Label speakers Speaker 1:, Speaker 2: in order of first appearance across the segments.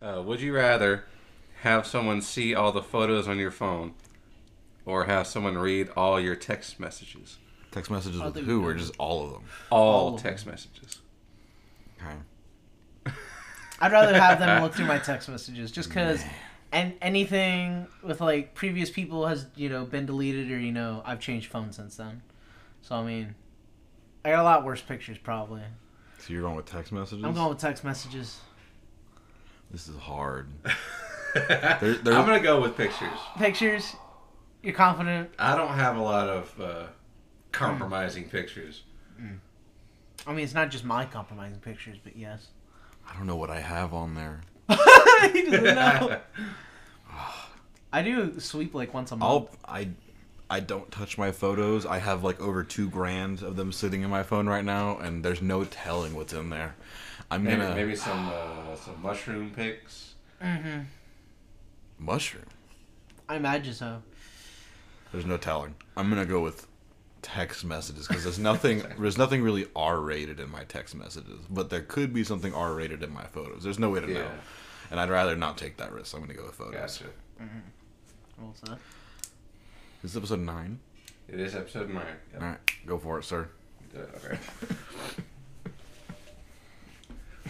Speaker 1: Uh, would you rather have someone see all the photos on your phone or have someone read all your text messages?
Speaker 2: Text messages with
Speaker 3: think
Speaker 2: who
Speaker 3: we
Speaker 2: or
Speaker 3: know.
Speaker 2: just all of them?
Speaker 1: All,
Speaker 3: All of
Speaker 1: text messages.
Speaker 2: Okay.
Speaker 3: I'd rather have them look through my text messages just because and anything with like previous people has, you know, been deleted or, you know, I've changed phone since then. So, I mean, I got a lot worse pictures probably.
Speaker 2: So you're going with text messages?
Speaker 3: I'm going with text messages.
Speaker 2: This is hard.
Speaker 1: I'm
Speaker 2: there's-
Speaker 1: going to go with pictures.
Speaker 3: Pictures, you're confident.
Speaker 1: I don't have a lot of uh, compromising pictures.
Speaker 3: I mean, it's not just my compromising pictures, but yes.
Speaker 2: I don't know what I have on there.
Speaker 3: he doesn't know. I do sweep like once a month.
Speaker 2: I'll I I don't touch my photos. I have like over two grand of them sitting in my phone right now, and there's no telling what's in there. I'm
Speaker 1: Maybe,
Speaker 2: gonna
Speaker 1: maybe some uh, some mushroom pics.
Speaker 2: mushroom.
Speaker 3: Mm-hmm. I imagine so.
Speaker 2: There's no telling. I'm gonna go with text messages because there's nothing there's nothing really R-rated in my text messages, but there could be something R-rated in my photos. There's no way to know,
Speaker 1: Yeah.
Speaker 2: and I'd rather not take that risk. so I'm gonna go with photos.
Speaker 1: Gotcha.
Speaker 3: Well, so-
Speaker 2: This is episode nine.
Speaker 1: It is episode nine. Yep.
Speaker 2: All right, go for it, sir.
Speaker 1: Uh, Okay.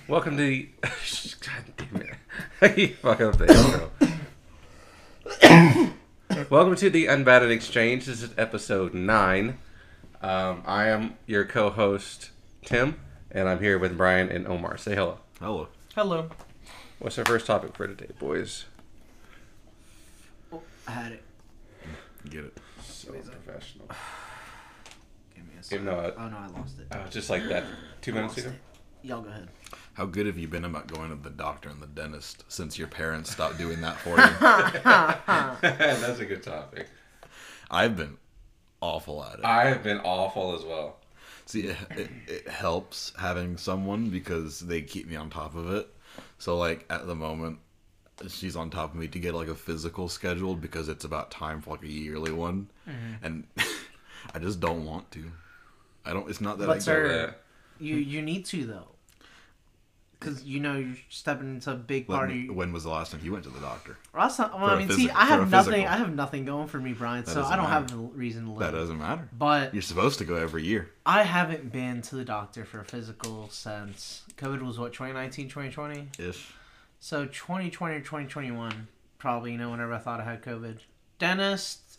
Speaker 1: Welcome to the. God damn it. I keep fucking up the intro. Welcome to the Unbatted Exchange. This is episode 9. Um, I am your co host, Tim, and I'm here with Brian and Omar. Say hello.
Speaker 2: Hello.
Speaker 3: Hello.
Speaker 1: What's our first topic for today, boys?
Speaker 3: Oh, I had it.
Speaker 2: Get it.
Speaker 1: So professional.
Speaker 3: Give me a
Speaker 1: Give
Speaker 3: second.
Speaker 1: no, uh,
Speaker 3: Oh no, I lost it.
Speaker 1: I was just like that two minutes
Speaker 3: Lost
Speaker 1: ago.
Speaker 3: it. Y'all go ahead.
Speaker 2: How good have you been about going to the doctor and the dentist since your parents stopped doing that for you?
Speaker 1: That's a good topic.
Speaker 2: I've been awful at it.
Speaker 1: I have been awful as well.
Speaker 2: See, it, it, it helps having someone because they keep me on top of it. So, like, at the moment, she's on top of me to get, like, a physical scheduled because it's about time for, like, a yearly one.
Speaker 3: Mm-hmm.
Speaker 2: And I just don't want to. I don't, it's not that I
Speaker 3: But
Speaker 2: go
Speaker 3: sir,
Speaker 1: that.
Speaker 3: you you need to though, because you know you're stepping into a big
Speaker 2: Let
Speaker 3: part
Speaker 2: me-
Speaker 3: of your.
Speaker 2: when was the last time you went to the doctor?
Speaker 3: Well, that's not- well,
Speaker 2: for a
Speaker 3: I mean, see,
Speaker 2: physical-
Speaker 3: I
Speaker 2: for a
Speaker 3: have nothing.
Speaker 2: physical.
Speaker 3: I have nothing going for me, Brian. So
Speaker 2: doesn't
Speaker 3: I don't have
Speaker 2: matter.
Speaker 3: a reason to
Speaker 2: That
Speaker 3: live.
Speaker 2: doesn't matter.
Speaker 3: But
Speaker 2: You're supposed to go every year.
Speaker 3: I haven't been to the doctor for a physical since COVID was what 2019, 2020.
Speaker 2: Ish.
Speaker 3: So 2020 or 2021, probably, you know, whenever I thought I had COVID. Dentist,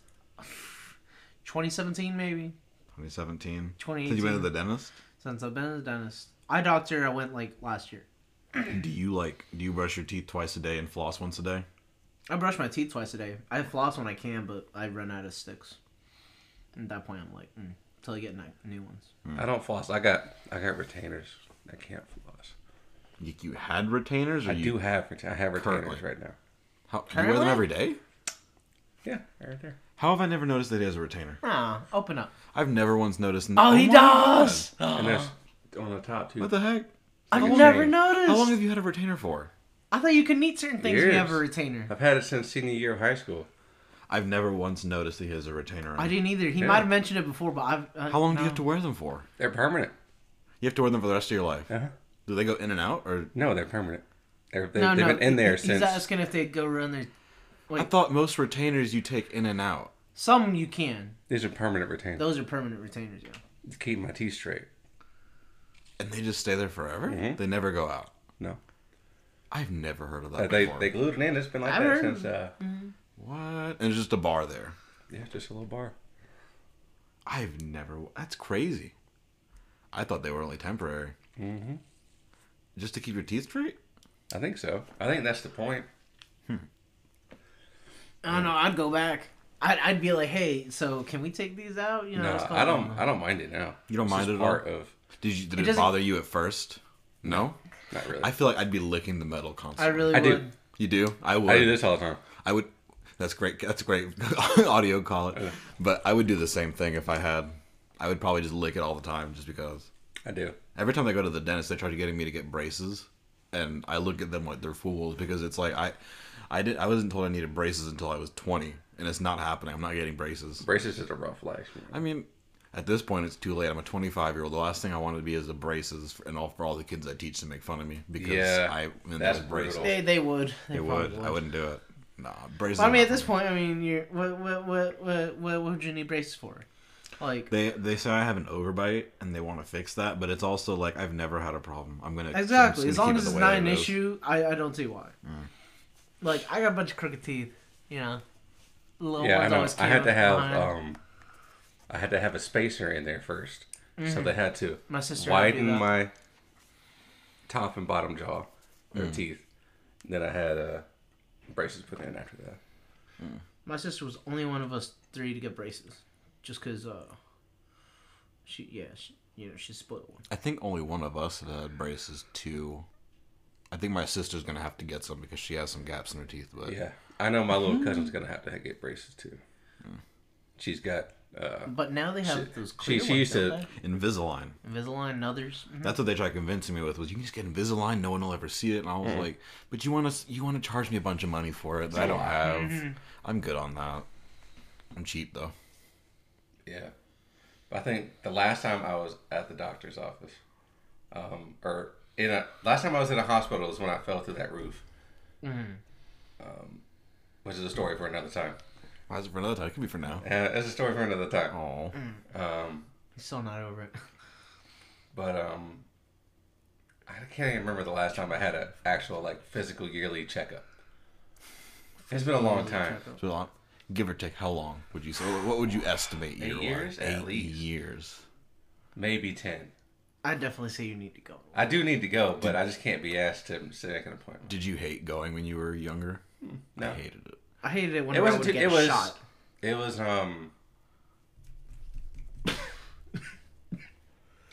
Speaker 3: 2017 maybe,
Speaker 2: 2017. Did you
Speaker 3: 2018.
Speaker 2: went to the dentist?
Speaker 3: since I've been to the dentist. Eye doctor, I went like last year.
Speaker 2: Do you like? Do you brush your teeth twice a day and floss once a day?
Speaker 3: I brush my teeth twice a day. I floss when I can, but I run out of sticks. At that point, I'm like, mm, till I get ni- new ones.
Speaker 1: I don't floss. I got I got retainers. I can't floss.
Speaker 2: You, you had retainers, or
Speaker 1: I
Speaker 2: you
Speaker 1: do have reta- I have retainers
Speaker 2: Currently.
Speaker 1: right now.
Speaker 2: How, you wear them
Speaker 3: Currently?
Speaker 2: every day?
Speaker 1: Yeah, right there.
Speaker 2: How have I never noticed that he has a retainer?
Speaker 3: Ah, open up.
Speaker 2: I've never once noticed.
Speaker 3: Oh, he
Speaker 2: my
Speaker 3: does.
Speaker 1: And there's on the top too.
Speaker 2: God. Uh-huh. What the heck?
Speaker 3: I've
Speaker 1: How
Speaker 3: never
Speaker 1: long-
Speaker 3: noticed.
Speaker 2: How long have you had a retainer for?
Speaker 3: I thought you could eat certain things when you have a
Speaker 1: Years. Uh,
Speaker 3: retainer.
Speaker 1: I've had it since senior year of high school.
Speaker 2: I've never once noticed that he has a retainer. On.
Speaker 3: I didn't either. He
Speaker 1: Yeah.
Speaker 3: might have mentioned it before, but I've. Uh,
Speaker 2: How long do you
Speaker 3: no.
Speaker 2: have to wear them for?
Speaker 1: They're permanent.
Speaker 2: You have to wear them for the rest of your life.
Speaker 1: Uh-huh.
Speaker 2: Do they go in and out, or
Speaker 1: No, they're permanent. They're, they,
Speaker 3: No,
Speaker 1: have
Speaker 3: no.
Speaker 1: been in there
Speaker 3: He's
Speaker 1: since.
Speaker 3: asking if they go run their.
Speaker 2: I
Speaker 3: Wait,
Speaker 2: thought most retainers you take in and out.
Speaker 3: some you can.
Speaker 1: These are permanent retainers.
Speaker 3: Those are permanent retainers, yeah.
Speaker 1: To keep my teeth straight.
Speaker 2: And they just stay there forever.
Speaker 3: Mm-hmm.
Speaker 1: Mhm.
Speaker 2: They never go out.
Speaker 1: No,
Speaker 2: I've never heard of that
Speaker 1: Uh, they
Speaker 2: before.
Speaker 1: they glued it in. It's been like
Speaker 3: I've
Speaker 1: that
Speaker 3: heard-
Speaker 1: since. Uh,
Speaker 2: What? And there's just a bar there.
Speaker 1: Yeah, just a little bar.
Speaker 2: I've never. That's crazy. I thought they were only temporary. Mm-hmm. Just to keep your teeth straight.
Speaker 1: I think so. I think that's the point.
Speaker 3: I don't know. I'd go back. I'd, I'd be like, hey, so can we take these out? You know,
Speaker 1: No,
Speaker 3: what's going
Speaker 1: I don't.
Speaker 3: on?
Speaker 1: I don't mind it now.
Speaker 2: You don't mind
Speaker 1: just
Speaker 2: it at all?
Speaker 1: Part of
Speaker 2: Did you? Did
Speaker 3: It
Speaker 2: it,
Speaker 3: doesn't-
Speaker 2: bother you at first? No.
Speaker 1: not really.
Speaker 2: I
Speaker 1: I,
Speaker 2: feel like I'd be licking the metal
Speaker 3: I
Speaker 2: constantly.
Speaker 3: really
Speaker 1: I do.
Speaker 3: would.
Speaker 2: You do? I would.
Speaker 1: do this all the time.
Speaker 2: I would. That's great. That's a great audio call it. But I would do the same thing if I had. I would probably just lick it all the time, just because.
Speaker 1: I do.
Speaker 2: Every time I go to the dentist, they try to getting me to get braces, and I look at them like they're fools because it's like I, I did I wasn't told I needed braces until I was twenty, and it's not happening. I'm not getting braces.
Speaker 1: Braces is a rough life. man.
Speaker 2: I mean, At this point, it's too late. I'm a 25 year old. The last thing I want to be is a braces, for, and all for all the kids I teach to make fun of me because
Speaker 1: Yeah,
Speaker 2: I'm in
Speaker 1: that's
Speaker 2: those braces.
Speaker 1: brutal.
Speaker 3: They, they would. They
Speaker 2: It
Speaker 3: probably
Speaker 2: would. I wouldn't do it. Nah, braces.
Speaker 3: But I
Speaker 2: are
Speaker 3: mean,
Speaker 2: not
Speaker 3: at this
Speaker 2: for me.
Speaker 3: point, I mean, you're what what what what what would you need braces for? Like
Speaker 2: They they say I have an overbite and they want to fix that, but it's also like I've never had a problem. I'm gonna
Speaker 3: exactly.
Speaker 2: I'm just
Speaker 3: As
Speaker 2: gonna
Speaker 3: long
Speaker 2: keep
Speaker 3: as
Speaker 2: it
Speaker 3: it's
Speaker 2: the way
Speaker 3: not
Speaker 2: that
Speaker 3: an
Speaker 2: it is.
Speaker 3: issue, I I don't see why.
Speaker 1: Mm.
Speaker 3: Like I got a bunch of crooked teeth, you know. The Little
Speaker 1: yeah, I
Speaker 3: ones
Speaker 1: know.
Speaker 3: always
Speaker 1: I
Speaker 3: came
Speaker 1: had to
Speaker 3: out
Speaker 1: have
Speaker 3: behind.
Speaker 1: um, I had to have a spacer in there 1st so they had to
Speaker 3: My sister had to do
Speaker 1: widen
Speaker 3: that.
Speaker 1: my top and bottom jaw or teeth. Then I had uh, braces put in after that.
Speaker 3: My sister was the only one of us three to get braces, just because uh, she yeah she, you know she spoiled one.
Speaker 2: I think only one of us had had braces too. I think my sister's gonna have to get some because she has some gaps in her teeth. But
Speaker 1: Yeah, I know my little cousin's gonna have to get braces too. She's got. Uh,
Speaker 3: But now they have
Speaker 1: She-
Speaker 3: those
Speaker 1: she-
Speaker 3: clear
Speaker 1: she
Speaker 3: ones,
Speaker 1: used
Speaker 3: don't
Speaker 1: to-
Speaker 2: Invisalign.
Speaker 3: they? Invisalign and others. Mhm.
Speaker 2: That's what they tried convincing me with was you can just get Invisalign, no one will ever see it, and I
Speaker 1: Mm-hmm.
Speaker 2: was like, but you want to you want to charge me a bunch of money for it that I don't have.
Speaker 1: Mm-hmm.
Speaker 2: I'm good on that. I'm cheap though.
Speaker 1: Yeah. But I think the last time I was at the doctor's office, um, or in a last time I was in a hospital is when I fell through that roof. Um, which is a story for another time.
Speaker 2: Why is it for another time? It could be for now.
Speaker 1: Uh, it's a story for another time.
Speaker 2: Oh,
Speaker 1: Um,
Speaker 3: He's still not over it.
Speaker 1: but um, I can't even remember the last time I had an actual like physical yearly checkup. It's been a long time.
Speaker 2: so long, give or take, how long would you say? What would you estimate?
Speaker 1: Eight
Speaker 2: year-wise?
Speaker 1: years, at
Speaker 2: Eight
Speaker 1: least.
Speaker 2: years.
Speaker 1: Maybe ten.
Speaker 3: I definitely say you need to go.
Speaker 1: I do need to go, but I just can't be asked to make an appointment.
Speaker 2: Did you hate going when you were younger?
Speaker 1: Hmm. No.
Speaker 2: I hated it.
Speaker 3: I hated it when
Speaker 1: It
Speaker 3: I would
Speaker 1: wasn't. Too,
Speaker 3: get
Speaker 1: it was.
Speaker 3: shot.
Speaker 1: It was. Um.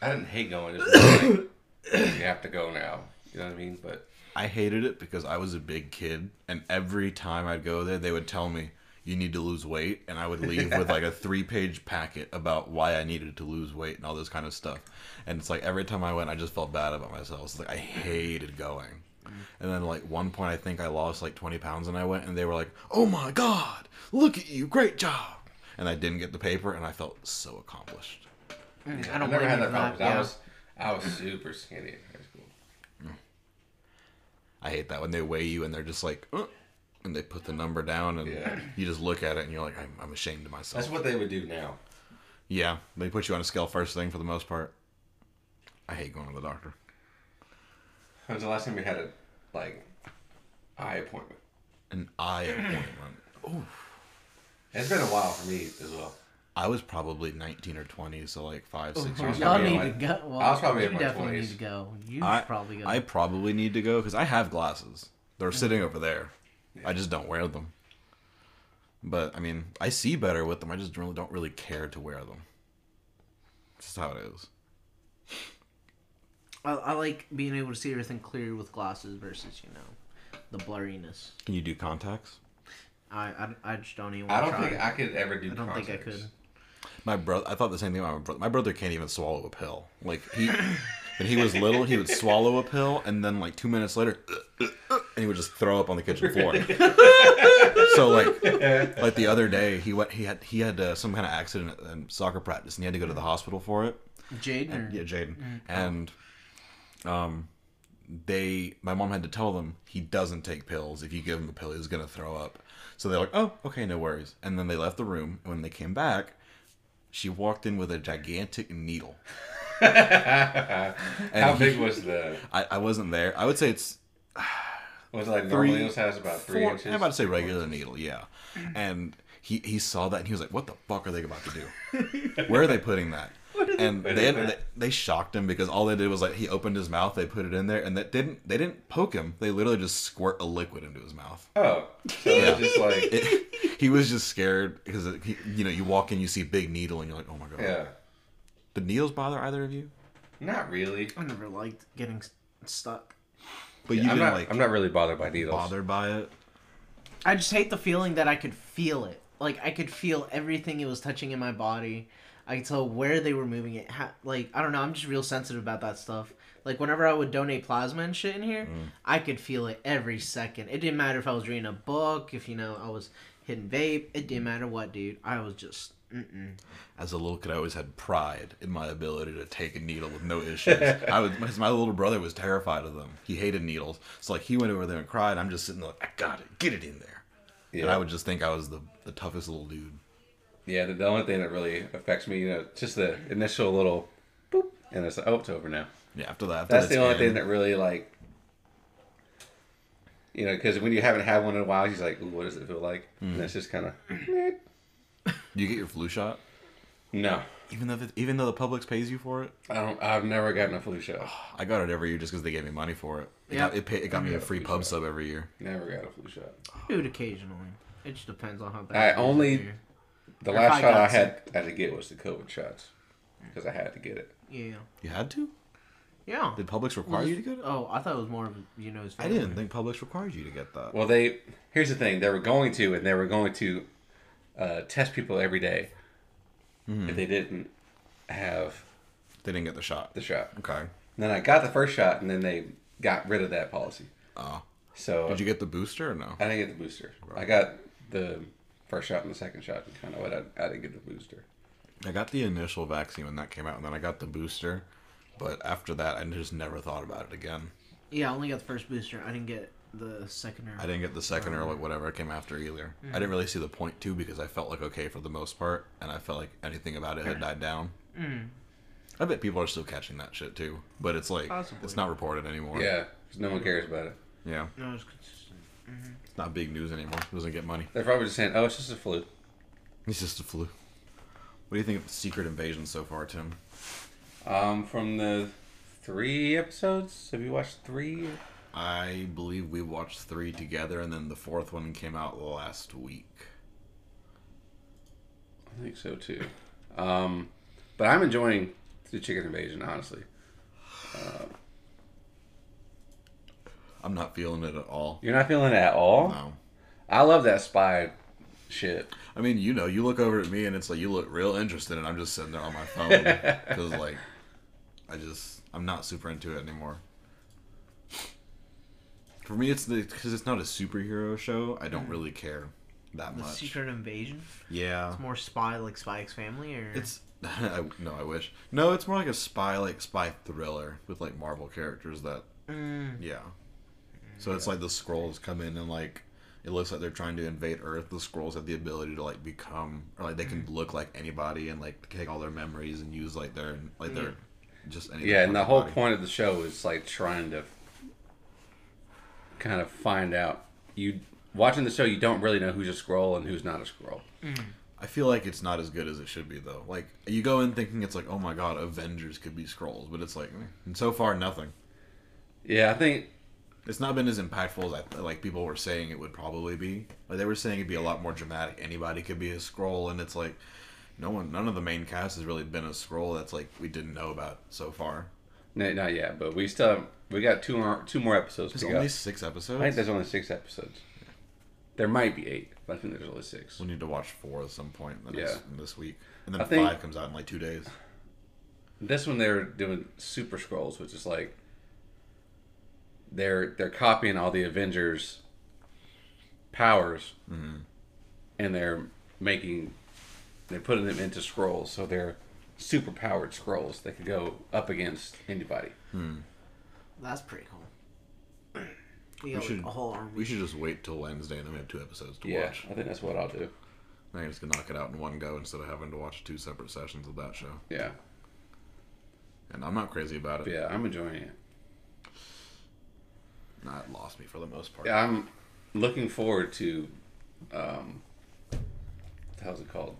Speaker 1: I didn't hate going. It's Just like, you have to go now. You know what I mean? But
Speaker 2: I hated it because I was a big kid, and every time I'd go there, they would tell me you need to lose weight, and I would leave with like a three-page packet about why I needed to lose weight and all this kind of stuff. And it's like every time I went, I just felt bad about myself. It's like I hated going. And then like one point, I think I lost like 20 pounds, and I went, and they were like, "Oh my god, look at you, great job!" And I didn't get the paper, and I felt so accomplished.
Speaker 3: I don't
Speaker 1: never
Speaker 3: blame
Speaker 1: had that
Speaker 3: you for that.
Speaker 1: problem. 'cause I
Speaker 3: Yeah.
Speaker 1: was. I was super skinny in high school.
Speaker 2: I hate that when they weigh you and they're just like, "Uh," and they put the number down and
Speaker 1: Yeah.
Speaker 2: you just look at it and you're like, I'm, I'm ashamed of myself.
Speaker 1: That's what they would do now.
Speaker 2: yeah, they put you on a scale first thing for the most part. I hate going to the doctor.
Speaker 1: When was the last time you had a like eye appointment?
Speaker 2: An eye appointment.
Speaker 1: It's been a while for me as well.
Speaker 2: I was probably 19 or 20, so like five, six years
Speaker 1: yeah.
Speaker 2: ago.
Speaker 1: probably
Speaker 3: Y'all need
Speaker 1: in Oh,
Speaker 3: to
Speaker 1: my-
Speaker 3: go. Well,
Speaker 1: I was probably
Speaker 3: you
Speaker 1: in my
Speaker 3: definitely
Speaker 1: 20s.
Speaker 3: need to go. You
Speaker 2: I
Speaker 3: should probably go.
Speaker 2: I probably need to go because I have glasses.
Speaker 1: Mm.
Speaker 2: They're sitting over there. I just don't wear them. But I mean, I see better with them. I just really don't really care to wear them. It's just how it is.
Speaker 3: I, I like being able to see everything clear with glasses versus you know the blurriness.
Speaker 2: Can you do contacts?
Speaker 3: I I, I just don't even.
Speaker 1: I
Speaker 3: wanna
Speaker 1: don't
Speaker 3: try
Speaker 1: think
Speaker 3: it.
Speaker 1: I could ever do.
Speaker 3: I don't think I
Speaker 1: contacts.
Speaker 3: could.
Speaker 2: My brother, I thought the same thing about my brother. My brother can't even swallow a pill. Like he, when he was little, he would swallow a pill, and then like two minutes later, and he would just throw up on the kitchen floor. so like, like the other day, he went. He had he had uh, some kind of accident in soccer practice, and he had to go to the hospital for it.
Speaker 3: Jaden. or-
Speaker 2: Yeah, Jaden.
Speaker 1: Mm, oh.
Speaker 2: And um they my mom had to tell them he doesn't take pills. If you give him a pill, he's gonna throw up. So they're like, Oh, okay, no worries. And then they left the room and when they came back, she walked in with a gigantic needle. and
Speaker 1: How
Speaker 2: he-
Speaker 1: big was the?
Speaker 2: I, I wasn't there. I would say it's
Speaker 1: Was it like
Speaker 2: Three-
Speaker 1: normally? This has about three
Speaker 2: four,
Speaker 1: inches. Mm-hmm.
Speaker 2: I'm about to say regular needle, yeah. And he, he saw that and he was like, "What the fuck are they about to do? Where are they putting that?" And
Speaker 1: putting
Speaker 2: they, had, they
Speaker 1: that?
Speaker 2: they shocked him because all they did was like he opened his mouth, they put it in there, and that didn't they didn't poke him. They literally just squirt a liquid into his mouth.
Speaker 1: Oh, so it was just like
Speaker 2: It- he was just scared because it- he- you know you walk in, you see a big needle, and you're like, "Oh my god!"
Speaker 1: yeah,
Speaker 2: Did needles bother either of you?
Speaker 1: not really.
Speaker 3: I never liked getting s- stuck.
Speaker 2: But you
Speaker 1: I'm
Speaker 2: didn't
Speaker 1: not.
Speaker 2: like
Speaker 1: I'm not really bothered by needles.
Speaker 2: bothered by it.
Speaker 3: I just hate the feeling that I could feel it. Like I could feel everything it was touching in my body. I could tell where they were moving it. How, like I don't know. I'm just real sensitive about that stuff. Like whenever I would donate plasma and shit in here,
Speaker 2: Mm.
Speaker 3: I could feel it every second. It didn't matter if I was reading a book, if you know I was hitting vape. It didn't matter what, dude. I was just
Speaker 2: As a little kid, I always had pride in my ability to take a needle with no issues. I was my, my little brother was terrified of them. He hated needles, so like he went over there and cried. I'm just sitting there like, I got it, get it in there, and
Speaker 1: Yeah.
Speaker 2: I would just think I was the the toughest little dude.
Speaker 1: Yeah, the, the only thing that really affects me, you know, just the initial little boop, and it's like, oh, it's over now.
Speaker 2: Yeah, after that, after
Speaker 1: That's the only
Speaker 2: end-
Speaker 1: thing that really like, you know, because when you haven't had one in a while, you're just like, ooh, what does it feel like?
Speaker 3: Mm-hmm.
Speaker 1: And it's just kind of,
Speaker 2: you get your flu shot,
Speaker 1: no,
Speaker 2: even though the, even though the Publix pays you for it.
Speaker 1: I don't. I've never gotten a flu shot.
Speaker 2: I got it every year just because they gave me money for it. It
Speaker 3: Yeah.
Speaker 2: got, it, pay, it got me a free pub sub every year.
Speaker 1: Never got a flu shot.
Speaker 3: Dude, occasionally. It just depends on how bad.
Speaker 1: I
Speaker 3: it is
Speaker 1: only-
Speaker 3: up here.
Speaker 1: The
Speaker 3: Or if
Speaker 1: last
Speaker 3: I
Speaker 1: shot
Speaker 3: got
Speaker 1: I had, had to get was the COVID shots because I had to get it.
Speaker 3: Yeah.
Speaker 2: You had to?
Speaker 3: Yeah.
Speaker 2: Did Publix require you to get it?
Speaker 3: Oh, I thought it was more of you know his.
Speaker 2: I didn't think Publix required you to get that.
Speaker 1: Well, they here's the thing: they were going to, and they were going to uh, test people every day
Speaker 2: Hmm.
Speaker 1: if they didn't have
Speaker 2: They didn't get the shot.
Speaker 1: the shot.
Speaker 2: Okay.
Speaker 1: And then I got the first shot, and then they got rid of that policy.
Speaker 2: Oh.
Speaker 1: So
Speaker 2: Did you get the booster or no?
Speaker 1: I didn't get the booster. I got the first shot and the second shot, and kind of what I, I didn't get the booster.
Speaker 2: I got the initial vaccine when that came out, and then I got the booster. But after that, I just never thought about it again.
Speaker 3: Yeah, I only got the first booster. I didn't get the second or.
Speaker 2: I didn't get the second or like whatever came after either. I didn't really see the point too because I felt like okay for the most part, and I felt like anything about it had died down.
Speaker 3: Mm.
Speaker 2: I bet people are still catching that shit too, but it's like
Speaker 3: Possibly.
Speaker 2: it's not reported anymore.
Speaker 1: Yeah, 'cause no one cares about it.
Speaker 2: yeah,
Speaker 3: No, it's consistent.
Speaker 2: it's not big news anymore. It doesn't get money.
Speaker 1: They're probably just saying, "Oh, it's just a flu."
Speaker 2: It's just a flu. What do you think of Secret Invasion so far, Tim?
Speaker 1: Um, from the three episodes, have you watched three?
Speaker 2: I believe we watched three together, and then the fourth one came out last week.
Speaker 1: I think so too. Um, but I'm enjoying the chicken invasion, honestly.
Speaker 2: I'm not feeling it at all.
Speaker 1: You're not feeling it at all.
Speaker 2: No.
Speaker 1: I love that spy shit.
Speaker 2: I mean, you know, you look over at me and it's like you look real interested, and I'm just sitting there on my phone because, like, I just I'm not super into it anymore. For me, it's the because it's not a superhero show. I don't really care that
Speaker 3: Mm. The
Speaker 2: much.
Speaker 3: Secret Invasion.
Speaker 2: yeah,
Speaker 3: More spy like Spy X Family or.
Speaker 2: it's I, no, I wish no. It's more like a spy, like spy thriller with like Marvel characters that
Speaker 3: Mm,
Speaker 2: Yeah. So it's like the scrolls come in and like it looks like they're trying to invade Earth. The scrolls have the ability to like become or like they can look like anybody and like take all their memories and use like their like their just anything.
Speaker 1: Yeah, and
Speaker 2: about
Speaker 1: the whole
Speaker 2: their body.
Speaker 1: point of the show is like trying to kind of find out. You watching the show, you don't really know who's a scroll and who's not a scroll.
Speaker 2: I feel like it's not as good as it should be though. Like you go in thinking it's like oh my god, Avengers could be scrolls, but it's like eh. and so far nothing.
Speaker 1: Yeah, I think
Speaker 2: It's not been as impactful as I, like people were saying it would probably be. Like they were saying it'd be a lot more dramatic. Anybody could be a scroll, and it's like no one, none of the main cast has really been a scroll. That's like we didn't know about so far.
Speaker 1: no, not yet, but we still have, we got two more, two more episodes
Speaker 2: There's
Speaker 1: to go.
Speaker 2: only six episodes.
Speaker 1: I think there's only six episodes. There might be eight, but I think there's only six.
Speaker 2: we need to watch four at some point the next, this week, and then
Speaker 1: I think-
Speaker 2: five comes out in like two days.
Speaker 1: This one they're doing super scrolls, which is like they're they're copying all the Avengers powers, and they're making they're putting them into scrolls, so they're super powered scrolls that could go up against anybody.
Speaker 3: that's pretty cool. You
Speaker 2: We
Speaker 3: got
Speaker 2: should,
Speaker 3: like, a whole army.
Speaker 2: we should just wait till Wednesday, and then we have two episodes to
Speaker 1: Yeah,
Speaker 2: watch.
Speaker 1: I think that's what I'll do.
Speaker 2: I think I just can knock it out in one go instead of having to watch two separate sessions of that show.
Speaker 1: Yeah,
Speaker 2: And I'm not crazy about it.
Speaker 1: but yeah, I'm enjoying it.
Speaker 2: Nah, it lost me for the most part.
Speaker 1: Yeah, I'm looking forward to um, how's it called?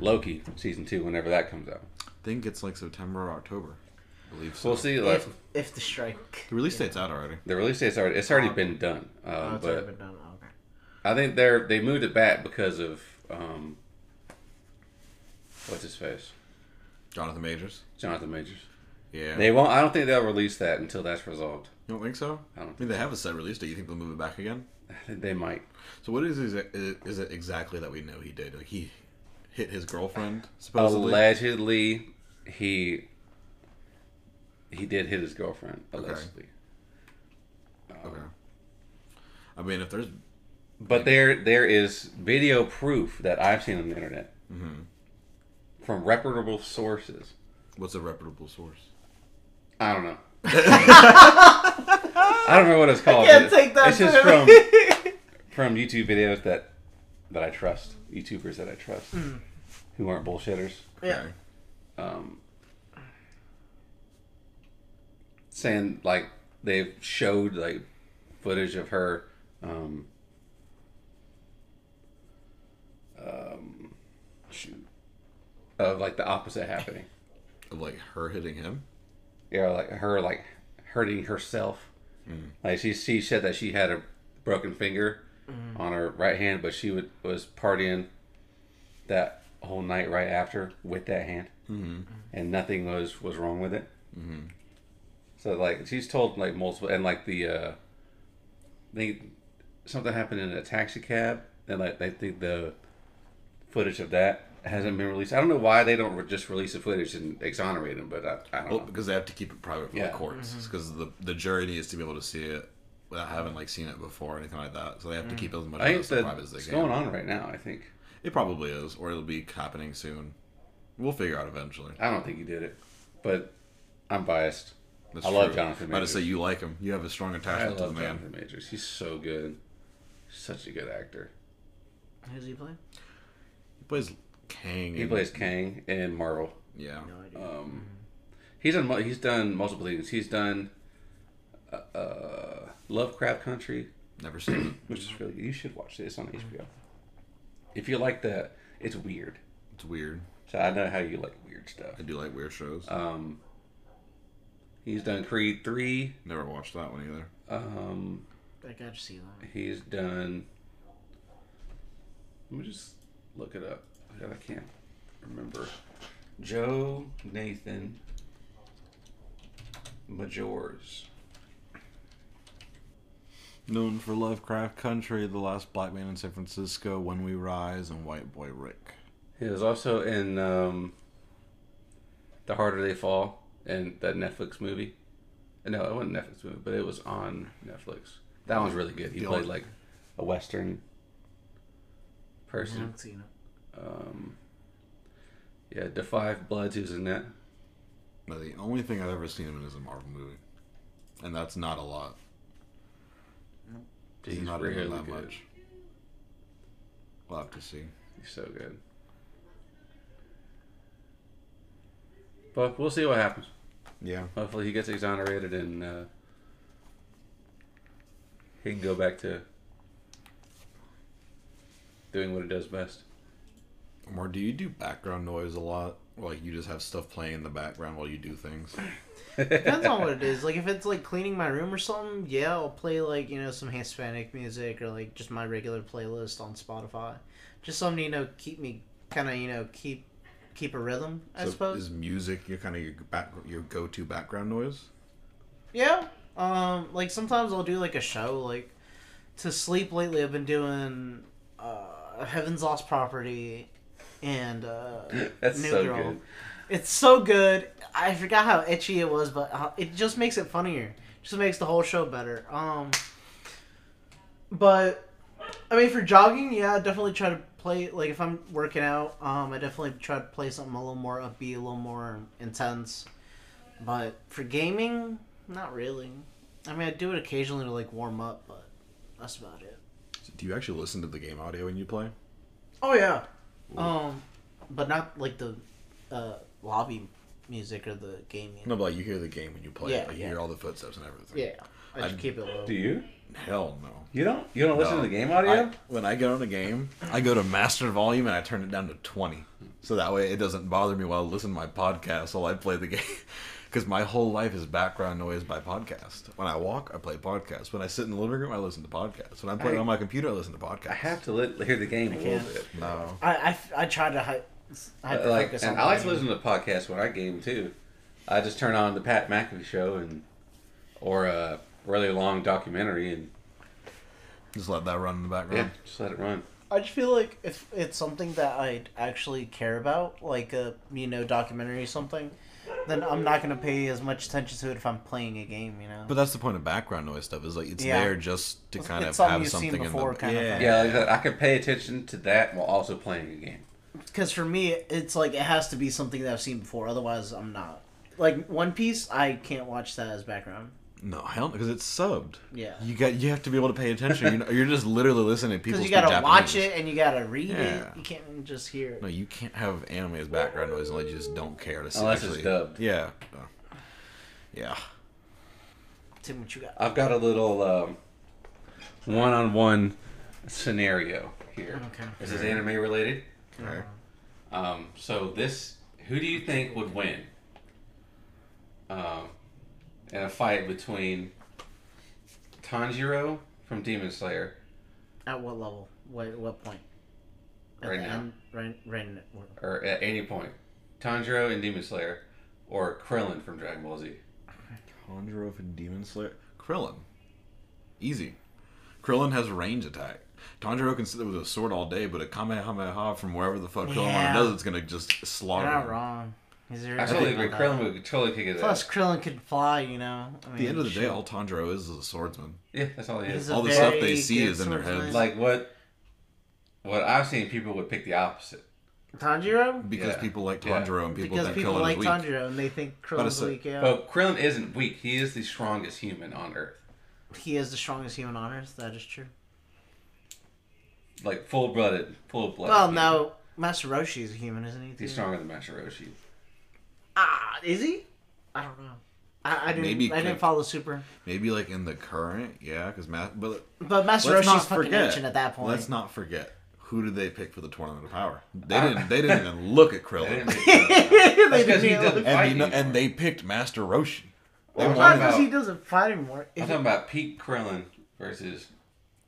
Speaker 1: Loki season two, whenever that comes out.
Speaker 2: think it's like September or October. I believe so.
Speaker 1: We'll see. Like,
Speaker 3: if, if the strike.
Speaker 2: The release date's out already.
Speaker 1: the release date's already it's already been done, um,
Speaker 3: Oh, it's already
Speaker 1: but
Speaker 3: been done. Oh, okay.
Speaker 1: I think they're they moved it back because of um, what's his face,
Speaker 2: Jonathan Majors.
Speaker 1: Jonathan Majors.
Speaker 2: Yeah.
Speaker 1: They won't. I don't think they'll release that until that's resolved.
Speaker 2: you don't think so?
Speaker 1: I don't
Speaker 2: I mean, they have a set release date. You think they'll move it back again?
Speaker 1: I think they might.
Speaker 2: So what is exa- is is it exactly that we know he did? Like he hit his girlfriend supposedly.
Speaker 1: Allegedly, he he did hit his girlfriend. Allegedly.
Speaker 2: okay. I mean, if there's
Speaker 1: But there there is video proof that I've seen on the internet
Speaker 3: Mm-hmm.
Speaker 1: from reputable sources.
Speaker 2: What's a reputable source?
Speaker 1: I don't know. I don't know what it's called.
Speaker 3: can't
Speaker 1: but
Speaker 3: take that
Speaker 1: It's just from
Speaker 3: literally.
Speaker 1: from YouTube videos that that I trust, YouTubers that I trust, who aren't bullshitters,
Speaker 3: Yeah.
Speaker 2: Okay.
Speaker 1: um, saying like they've showed like footage of her. Um, um, shoot, of like the opposite happening.
Speaker 2: Of like her hitting him?
Speaker 1: you know, like her like hurting herself. Like she she said that she had a broken finger on her right hand, but she would was partying that whole night right after with that hand,
Speaker 2: Mhm.
Speaker 1: and nothing was was wrong with it. So like she's told like multiple and like the uh, they something happened in a taxi cab, and like they think the footage of that hasn't been released. I don't know why they don't re- just release the footage and exonerate him, but I, I don't
Speaker 2: Well,
Speaker 1: know.
Speaker 2: because they have to keep it private for
Speaker 1: Yeah.
Speaker 2: the courts. Because the, the jury needs to be able to see it without having like seen it before or anything like that. So they have to keep it as much
Speaker 1: I think
Speaker 2: as
Speaker 1: that
Speaker 2: private as they
Speaker 1: it's
Speaker 2: can.
Speaker 1: going on right now. I think
Speaker 2: It probably is, or it'll be happening soon. We'll figure out eventually.
Speaker 1: I don't think he did it, but I'm biased.
Speaker 2: That's
Speaker 1: I love Jonathan
Speaker 2: About to
Speaker 1: Majors.
Speaker 2: say you like him. You have a strong
Speaker 1: I
Speaker 2: attachment to the
Speaker 1: love
Speaker 2: man.
Speaker 1: Jonathan Majors. He's so good. Such a good actor.
Speaker 3: Who's he playing?
Speaker 2: He plays Kang.
Speaker 1: He
Speaker 2: in-
Speaker 1: plays Kang in Marvel.
Speaker 2: Yeah.
Speaker 3: No idea.
Speaker 1: Um, he's done. mul- He's done multiple things. He's done uh, uh, Lovecraft Country,
Speaker 2: Never seen it.
Speaker 1: which is really you should watch it. It's on HBO. If you like that, it's weird.
Speaker 2: It's weird.
Speaker 1: So I know how you like weird stuff.
Speaker 2: I do like weird shows.
Speaker 1: Um, he's done Creed three.
Speaker 2: Never watched that one either.
Speaker 1: Um,
Speaker 3: I got to see that.
Speaker 1: He's done. Let me just look it up. God, I can't remember. Joe Nathan Majors.
Speaker 2: Known for Lovecraft Country, The Last Black Man in San Francisco, When We Rise, and White Boy Rick.
Speaker 1: He was also in um, The Harder They Fall and that Netflix movie. No, it wasn't a Netflix movie, but it was on Netflix. That one's really good. He
Speaker 2: The
Speaker 1: played
Speaker 2: old-
Speaker 1: like a Western
Speaker 3: I
Speaker 1: person.
Speaker 3: haven't seen him.
Speaker 1: Um, yeah, Defy Bloods, he was in that.
Speaker 2: Now, the only thing I've ever seen him in is a Marvel movie. And that's not a lot.
Speaker 1: He's
Speaker 2: not
Speaker 1: really
Speaker 2: in that
Speaker 1: good.
Speaker 2: much. We'll have to see.
Speaker 1: He's so good. But we'll see what happens.
Speaker 2: Yeah.
Speaker 1: Hopefully, he gets exonerated and uh, he can go back to doing what he does best.
Speaker 2: Or do you do background noise a lot? Or, like you just have stuff playing in the background while you do things?
Speaker 3: Depends on what it is. Like if it's like cleaning my room or something, yeah, I'll play like you know some Hispanic music or like just my regular playlist on Spotify, just something to, you know keep me kind of you know keep keep a rhythm. I
Speaker 2: So
Speaker 3: suppose.
Speaker 2: Is music your kind of your back your go to background noise?
Speaker 3: Yeah. Um, like sometimes I'll do like a show. Like to sleep lately, I've been doing uh, Heaven's Lost Property and uh,
Speaker 1: That's
Speaker 3: New
Speaker 1: so
Speaker 3: Girl.
Speaker 1: good.
Speaker 3: It's so good. I forgot how itchy it was, but how- it just makes it funnier. Just makes the whole show better. Um, but I mean, for jogging, yeah, I definitely try to play. Like if I'm working out, um, I definitely try to play something a little more upbeat, a little more intense. But for gaming, not really. I mean, I do it occasionally to like warm up, but that's about it.
Speaker 2: Do you actually listen to the game audio when you play?
Speaker 3: Oh yeah. Um, but not like the uh, lobby music or the game music.
Speaker 2: No, but like you hear the game when you play.
Speaker 3: Yeah,
Speaker 2: it. Like,
Speaker 3: yeah.
Speaker 2: You hear all the footsteps and everything.
Speaker 3: Yeah, I just
Speaker 2: I-
Speaker 3: keep it low.
Speaker 1: Do you?
Speaker 2: Hell no.
Speaker 1: You don't? You don't listen
Speaker 2: No.
Speaker 1: to the game audio?
Speaker 2: I- when I get on a game, I go to master volume and I turn it down to 20. So that way it doesn't bother me while I listen to my podcast while I play the game. Because my whole life is background noise by podcast. When I walk, I play podcasts. When I sit in the living room, I listen to podcasts. When I'm playing
Speaker 1: I-
Speaker 2: on my computer, I listen to podcasts.
Speaker 1: I have to li- hear the game a little
Speaker 3: can't.
Speaker 1: bit.
Speaker 2: No.
Speaker 3: I, I, I try to hy-
Speaker 1: Uh,
Speaker 3: hyper
Speaker 1: like,
Speaker 3: focus on.
Speaker 1: and I like to
Speaker 3: gaming.
Speaker 1: listen to podcasts when I game too. I just turn on the Pat McAfee show and or a really long documentary and
Speaker 2: Just let that run in the
Speaker 1: yeah,
Speaker 2: background.
Speaker 1: just let it run.
Speaker 3: I just feel like if it's something that I actually care about, like a you know documentary or something, then I'm not gonna pay as much attention to it if I'm playing a game. You know.
Speaker 2: But that's the point of background noise stuff is like it's
Speaker 3: Yeah.
Speaker 2: there just to
Speaker 3: It's-
Speaker 2: kind
Speaker 3: it's
Speaker 2: of
Speaker 3: something
Speaker 2: have
Speaker 3: you've seen
Speaker 2: something in
Speaker 3: before
Speaker 2: the
Speaker 1: uh,
Speaker 3: kind of
Speaker 2: yeah.
Speaker 3: thing.
Speaker 1: Yeah, like I said, I could pay attention to that while also playing a game.
Speaker 3: because for me it's like it has to be something that I've seen before. Otherwise, I'm not. Like One Piece, I can't watch that as background.
Speaker 2: No, hell, because it's subbed.
Speaker 3: Yeah.
Speaker 2: you got you have to be able to pay attention. You're, not, you're just literally listening to people.
Speaker 3: Because you
Speaker 2: speak
Speaker 3: gotta watch
Speaker 2: Japanese.
Speaker 3: it and you gotta read
Speaker 2: Yeah.
Speaker 3: it. You can't just hear it.
Speaker 2: No, you can't have anime as background noise unless you just don't care to see.
Speaker 1: Unless it's
Speaker 2: actually-
Speaker 1: dubbed.
Speaker 2: Yeah. Oh. Yeah.
Speaker 3: Tim, what you got?
Speaker 1: I've got a little um, one-on-one scenario here.
Speaker 3: Okay.
Speaker 1: This is anime related.
Speaker 2: Okay.
Speaker 1: Um, so this, who do you think would win? Um, in a fight between Tanjiro from Demon Slayer.
Speaker 3: At what level? What what point?
Speaker 1: Right
Speaker 3: the
Speaker 1: now.
Speaker 3: End, right, right. in-
Speaker 1: or at any point, Tanjiro and Demon Slayer, or Krillin from Dragon Ball Z.
Speaker 2: Conjure of a Demon Slayer. Krillin. Easy. Krillin has range attack. Tanjiro can sit there with a sword all day, but a Kamehameha from wherever the fuck Krillin
Speaker 3: Yeah.
Speaker 2: does, it's gonna just slaughter
Speaker 3: You're not
Speaker 2: him.
Speaker 3: wrong. Is there
Speaker 1: I totally agree. Krillin would totally kick his
Speaker 3: Plus,
Speaker 1: ass.
Speaker 3: Krillin could fly. You know. I mean,
Speaker 2: At the end of the day,
Speaker 3: shit.
Speaker 2: all Tanjiro is is a swordsman.
Speaker 1: Yeah, that's all he
Speaker 3: He's
Speaker 1: is.
Speaker 3: a
Speaker 2: all the stuff they
Speaker 3: very
Speaker 2: see
Speaker 3: good
Speaker 2: is in their
Speaker 3: swordsman.
Speaker 2: heads.
Speaker 1: Like what? What I've seen, people would pick the opposite.
Speaker 3: Tanjiro.
Speaker 2: Because
Speaker 1: Yeah.
Speaker 2: people like
Speaker 1: Yeah.
Speaker 2: Tanjiro and people
Speaker 3: Because
Speaker 2: think
Speaker 3: people
Speaker 2: Krillin
Speaker 3: like
Speaker 2: is weak.
Speaker 3: Tanjiro and they think Krillin's
Speaker 2: it's a-
Speaker 3: weak. Yeah.
Speaker 1: But Krillin isn't weak. He is the strongest human on Earth.
Speaker 3: He is the strongest human on earth. That is true.
Speaker 1: Like full blooded, full blooded.
Speaker 3: Well, no, Master Roshi is a human, isn't he?
Speaker 1: He's
Speaker 3: too?
Speaker 1: stronger than Master Roshi.
Speaker 3: Ah, is he? I don't know. I, I didn't.
Speaker 2: Maybe he
Speaker 3: I didn't
Speaker 2: could.
Speaker 3: follow Super.
Speaker 2: Maybe like in the current, yeah, because math. But
Speaker 3: But Master
Speaker 2: let's not
Speaker 3: Roshi's fucking
Speaker 2: forget.
Speaker 3: ancient at that point.
Speaker 2: Let's not forget who did they pick for the tournament of power? They didn't. They didn't even look at
Speaker 1: They didn't
Speaker 2: Krillin,
Speaker 1: make Krillin.
Speaker 3: They
Speaker 1: That's because he
Speaker 3: didn't
Speaker 1: doesn't
Speaker 3: really-
Speaker 1: fight
Speaker 2: and, you know,
Speaker 1: anymore.
Speaker 2: and they picked Master Roshi. They
Speaker 1: I'm
Speaker 2: won
Speaker 3: Well,
Speaker 1: talking
Speaker 2: that.
Speaker 3: not because
Speaker 1: about-
Speaker 3: he doesn't fight anymore.
Speaker 1: I'm talking about Pete Krillin versus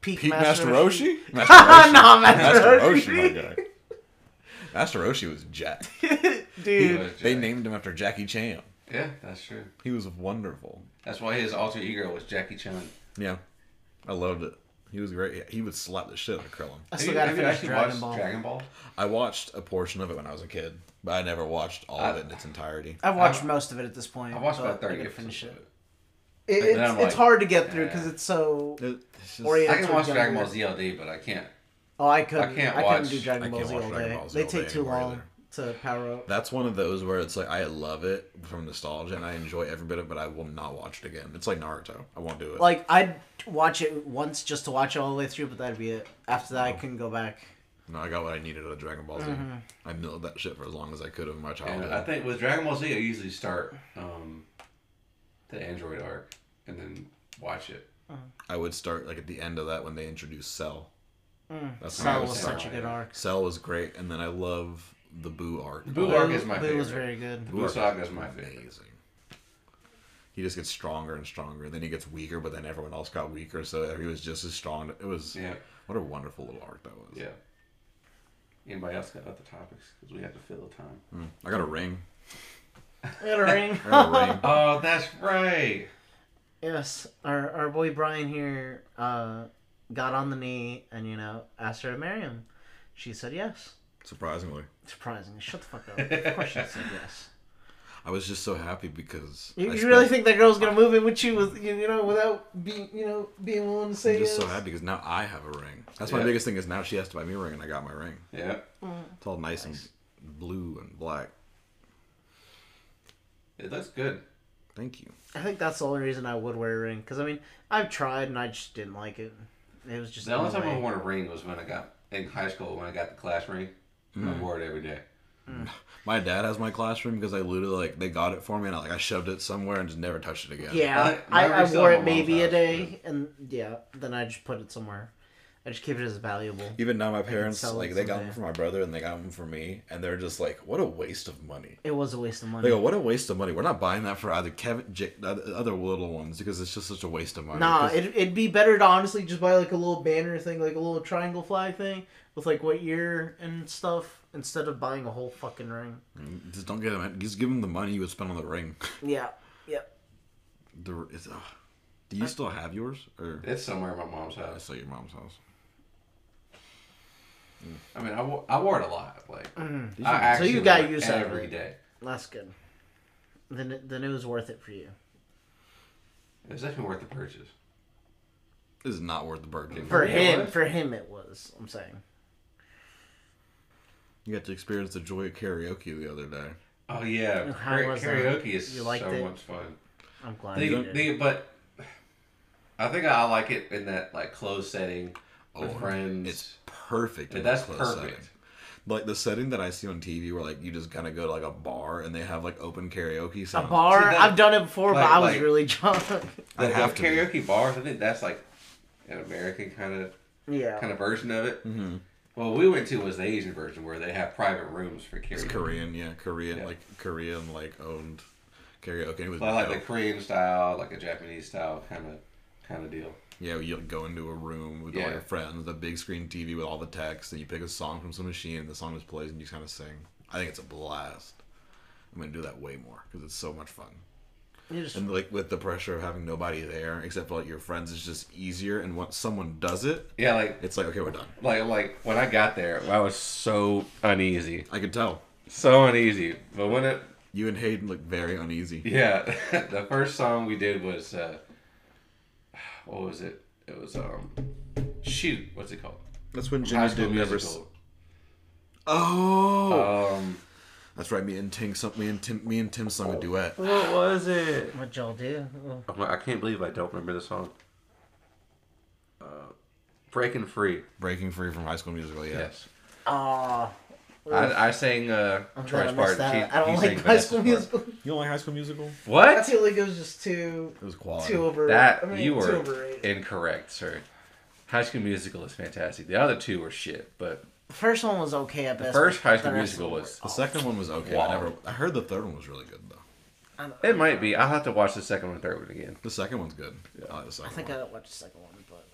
Speaker 3: peak,
Speaker 2: Pete Master
Speaker 3: Roshi.
Speaker 2: Roshi. Master Roshi.
Speaker 3: no, Master,
Speaker 2: Master Roshi,
Speaker 3: Roshi.
Speaker 2: my guy. Master Roshi was Jack.
Speaker 3: Dude,
Speaker 2: They
Speaker 1: Jack.
Speaker 2: named him after Jackie Chan.
Speaker 1: Yeah, that's true.
Speaker 2: He was wonderful.
Speaker 1: That's why his alter ego was Jackie Chan.
Speaker 2: Yeah, I loved it. He was great. He would slap the shit out of Krillin.
Speaker 3: I
Speaker 1: Have you,
Speaker 3: still gotta
Speaker 1: have you
Speaker 3: finish
Speaker 1: actually
Speaker 3: Dragon
Speaker 1: watched
Speaker 3: Ball.
Speaker 1: Dragon Ball?
Speaker 2: I watched a portion of it when I was a kid, but I never watched all of it in its entirety.
Speaker 3: I've watched
Speaker 1: I've-
Speaker 3: most of it at this point.
Speaker 1: I watched
Speaker 3: but
Speaker 1: about
Speaker 3: I
Speaker 1: 30
Speaker 3: gotta
Speaker 1: episodes.
Speaker 3: finish it.
Speaker 1: of it.
Speaker 3: It-
Speaker 1: then
Speaker 3: it's,
Speaker 1: I'm like,
Speaker 3: it's hard to get through
Speaker 1: yeah.
Speaker 3: because it's so.
Speaker 2: It- it's just-
Speaker 1: I
Speaker 3: Oriental
Speaker 1: can watch
Speaker 3: younger.
Speaker 1: Dragon Ball Z all day, but I can't.
Speaker 3: Oh, I couldn't. I,
Speaker 1: can't
Speaker 3: couldn't
Speaker 1: watch-
Speaker 3: do
Speaker 2: I
Speaker 3: Dragon Ball
Speaker 2: can't
Speaker 3: Z
Speaker 2: watch
Speaker 3: all
Speaker 2: Dragon
Speaker 3: day.
Speaker 2: Ball Z
Speaker 3: They
Speaker 2: all
Speaker 3: take
Speaker 2: day
Speaker 3: too
Speaker 2: anymore
Speaker 3: long to power up.
Speaker 2: That's one of those where it's like I love it from nostalgia and I enjoy every bit of it, but I will not watch it again. It's like Naruto. I won't do it.
Speaker 3: Like I'd watch it once just to watch it all the way through, but that'd be it. After that, I couldn't go back.
Speaker 2: no, I got what I needed out of Dragon Ball Z. I milled that shit for as long as I could in my
Speaker 1: And
Speaker 2: childhood.
Speaker 1: I think with Dragon Ball Z, I usually start um, the Android arc and then watch it.
Speaker 2: I would start like at the end of that when they introduced Cell. That's when I
Speaker 3: Cell
Speaker 2: would
Speaker 3: was
Speaker 2: start.
Speaker 3: such a good arc.
Speaker 2: Cell was great, and then I love the Boo arc.
Speaker 1: Boo
Speaker 2: Oh,
Speaker 1: arc is my
Speaker 3: Boo was
Speaker 1: favorite.
Speaker 3: very good.
Speaker 1: Boo saga is my favorite.
Speaker 2: amazing. He just gets stronger and stronger, then he gets weaker, but then everyone else got weaker, so he was just as strong. It was
Speaker 1: Yeah.
Speaker 2: what a wonderful little arc that was.
Speaker 1: Yeah. Anybody else got other topics? Because we have to fill the time.
Speaker 2: Mm. I got a ring.
Speaker 3: I got a ring.
Speaker 2: I got a ring.
Speaker 3: Uh,
Speaker 1: Oh, that's right.
Speaker 3: Yes, our our boy Brian here uh, got on the knee and you know asked her to marry him. She said yes.
Speaker 2: Surprisingly,
Speaker 3: Surprisingly, shut the fuck up. Of course she said yes.
Speaker 2: I was just so happy because
Speaker 3: You,
Speaker 2: I
Speaker 3: you really
Speaker 2: spent-
Speaker 3: think that girl's gonna move in with you with you you know without being you know being willing to say
Speaker 2: I'm just
Speaker 3: yes?
Speaker 2: so happy because now I have a ring. That's my
Speaker 1: Yeah.
Speaker 2: biggest thing is now she has to buy me a ring, and I got my ring.
Speaker 1: Yeah.
Speaker 2: It's all nice, and blue and black.
Speaker 1: It looks good.
Speaker 2: Thank you.
Speaker 3: I think that's the only reason I would wear a ring because I mean I've tried and I just didn't like it. It was just
Speaker 1: The only time I
Speaker 3: annoying.
Speaker 1: worn a ring was when I got in high school when I got the class ring. I
Speaker 3: Mm-hmm.
Speaker 1: wore it every day.
Speaker 2: My dad has my classroom because I literally like they got it for me, and I like I shoved it somewhere and just never touched it again.
Speaker 3: Yeah,
Speaker 1: I-
Speaker 3: I,
Speaker 1: my
Speaker 3: I,
Speaker 1: ring's
Speaker 3: wore
Speaker 1: on my
Speaker 3: it
Speaker 1: mom's
Speaker 3: maybe a
Speaker 1: house,
Speaker 3: day and yeah, then I just put it somewhere. I just keep it as valuable.
Speaker 2: Even now, my parents
Speaker 3: sell it
Speaker 2: like they got
Speaker 3: someday.
Speaker 2: them for my brother and they got them for me, and they're just like, "What a waste of money!"
Speaker 3: It was a waste of money.
Speaker 2: They go, "What a waste of money! We're not buying that for either Kevin, J- other little ones because it's just such a waste of money."
Speaker 3: Nah,
Speaker 2: 'Cause-
Speaker 3: it, it'd be better to honestly just buy like a little banner thing, like a little triangle flag thing with like what year and stuff instead of buying a whole fucking ring.
Speaker 2: just don't get them. Just give them the money you would spend on the ring.
Speaker 3: Yeah. Yep.
Speaker 2: the, it's, uh, do you still have yours, or
Speaker 1: It's somewhere in my mom's
Speaker 2: I
Speaker 1: house.
Speaker 2: still at your mom's house?
Speaker 1: I mean, I wo- I wore it a lot. Like,
Speaker 3: Hmm.
Speaker 2: These
Speaker 1: I
Speaker 2: are-
Speaker 1: actually
Speaker 3: Mm. you got
Speaker 1: wore it
Speaker 3: used to it.
Speaker 1: every day.
Speaker 3: That's good. Then it, then it was worth it for you.
Speaker 1: It was definitely worth the purchase.
Speaker 2: this is not worth the burden.
Speaker 3: For
Speaker 1: Yeah, it
Speaker 3: him,
Speaker 1: was.
Speaker 3: for him it was, I'm saying.
Speaker 2: You got to experience the joy of karaoke the other day.
Speaker 1: Oh yeah,
Speaker 3: How
Speaker 1: Kara-
Speaker 3: was that?
Speaker 1: karaoke is
Speaker 3: You liked
Speaker 1: so
Speaker 3: it?
Speaker 1: much fun.
Speaker 3: I'm glad
Speaker 1: They,
Speaker 3: you did.
Speaker 1: they, but I think I like it in that like closed setting with
Speaker 2: Oh,
Speaker 1: friends.
Speaker 2: It's perfect.
Speaker 1: Yeah,
Speaker 2: in a
Speaker 1: that's
Speaker 2: close
Speaker 1: perfect.
Speaker 2: setting. Like the setting that I see on TV, where like you just kind of go to like a bar and they have like open karaoke.
Speaker 3: a
Speaker 2: Sound.
Speaker 3: bar.
Speaker 1: See, that-
Speaker 3: I've done it before,
Speaker 1: like-
Speaker 3: but I was
Speaker 1: like-
Speaker 3: really drunk.
Speaker 1: the,
Speaker 2: I'd
Speaker 1: the
Speaker 2: have to be.
Speaker 1: karaoke bars. I think that's like an American kind of
Speaker 3: yeah.
Speaker 1: kind of version of it. Mm-hmm. Well, we went to was the Asian version where they have private rooms for
Speaker 2: It's
Speaker 1: karaoke.
Speaker 2: Korean, yeah, Korean,
Speaker 1: Yeah.
Speaker 2: like Korean, like owned karaoke. It was
Speaker 1: So I like the
Speaker 2: dope.
Speaker 1: Korean style, like a Japanese style kind of kind of deal.
Speaker 2: Yeah, you go into a room with all
Speaker 1: Yeah.
Speaker 2: your friends, the big screen TV with all the text, and you pick a song from some machine, and the song just plays, and you kind of sing. I think it's a blast. I'm gonna do that way more because it's so much fun.
Speaker 3: You just-
Speaker 2: And like with the pressure of having nobody there except for like your friends, it's just easier. And once someone does it,
Speaker 1: Yeah, like
Speaker 2: it's like okay, we're done.
Speaker 1: like like when I got there, I was so uneasy,
Speaker 2: I could tell
Speaker 1: so uneasy. But when it
Speaker 2: you and Hayden look very uneasy.
Speaker 1: Yeah, the first song we did was uh, what was it? It was um, shoot, what's it called?
Speaker 2: That's when
Speaker 1: High
Speaker 2: Jimmy
Speaker 1: School
Speaker 2: did never. s-
Speaker 1: Musical.
Speaker 2: Oh,
Speaker 1: Um,
Speaker 2: that's right. Me and Tim, sung- me and Tim, me and Tim sung a duet.
Speaker 1: what was it?
Speaker 3: what y'all do? Oh,
Speaker 1: I can't believe I don't remember the song. Uh, Breaking Free.
Speaker 2: Breaking free from High School Musical. Yeah.
Speaker 1: Yes,
Speaker 3: Aw,
Speaker 1: I, I sang uh,
Speaker 3: I'm glad I
Speaker 1: Troy's
Speaker 3: missed
Speaker 1: part.
Speaker 3: that.
Speaker 1: She,
Speaker 3: I
Speaker 1: he
Speaker 3: don't
Speaker 1: sang
Speaker 3: like High
Speaker 1: Vanessa's
Speaker 3: School
Speaker 1: part.
Speaker 3: Musical.
Speaker 2: You don't like High School Musical?
Speaker 3: I
Speaker 1: What?
Speaker 3: feel like it was just too
Speaker 2: It was quality.
Speaker 3: too over.
Speaker 1: That
Speaker 3: I mean,
Speaker 1: you
Speaker 3: too
Speaker 1: were
Speaker 3: overrated.
Speaker 1: incorrect, sir. High School Musical is fantastic. The other two were shit, but
Speaker 3: The first one was okay at best.
Speaker 1: first
Speaker 3: but
Speaker 1: High School
Speaker 3: the rest of
Speaker 1: Musical
Speaker 3: them
Speaker 1: was-
Speaker 2: The second one was okay.
Speaker 1: Wow.
Speaker 2: I never. I heard the third one was really good though.
Speaker 3: were awful. I,
Speaker 1: it might be. I'll have to watch the second one and third one again.
Speaker 2: The second one's good. I like the second
Speaker 3: I think
Speaker 2: one.
Speaker 3: I watched the second one, but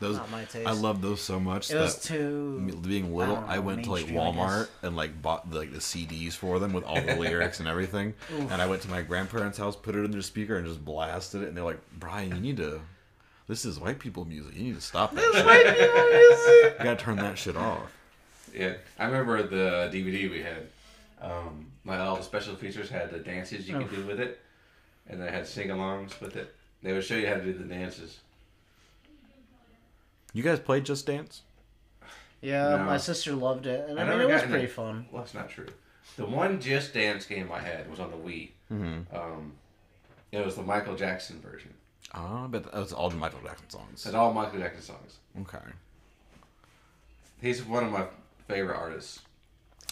Speaker 2: those,
Speaker 3: not my taste.
Speaker 2: I love those so much.
Speaker 3: it was
Speaker 2: that-
Speaker 3: too.
Speaker 2: being little,
Speaker 3: don't
Speaker 2: I,
Speaker 3: know,
Speaker 2: went to like
Speaker 3: mainstream, I
Speaker 2: Walmart
Speaker 3: guess.
Speaker 2: and like bought like the CDs for them with all the lyrics and everything. And I went to my grandparents' house, put it in their speaker, and just blasted it. And they're like, "Brian, you need to. This is white people music. You need to stop that. shit. You gotta turn that shit off."
Speaker 1: Yeah, I remember the DVD we had. Um, like all the special features had the dances you could do with it, and they had sing-alongs with it. They would show you how to do the dances.
Speaker 2: You guys played Just Dance?
Speaker 3: Yeah,
Speaker 1: No.
Speaker 3: my sister loved it, and
Speaker 1: I
Speaker 3: I, mean
Speaker 1: never
Speaker 3: it was
Speaker 1: got in
Speaker 3: pretty
Speaker 1: it.
Speaker 3: fun.
Speaker 1: Well, that's not true. The one Just Dance game I had was on the Wii. Um, it was the Michael Jackson version.
Speaker 2: Ah, but that was all the Michael Jackson songs.
Speaker 1: It's all Michael Jackson songs.
Speaker 2: Okay,
Speaker 1: He's one of my favorite artists.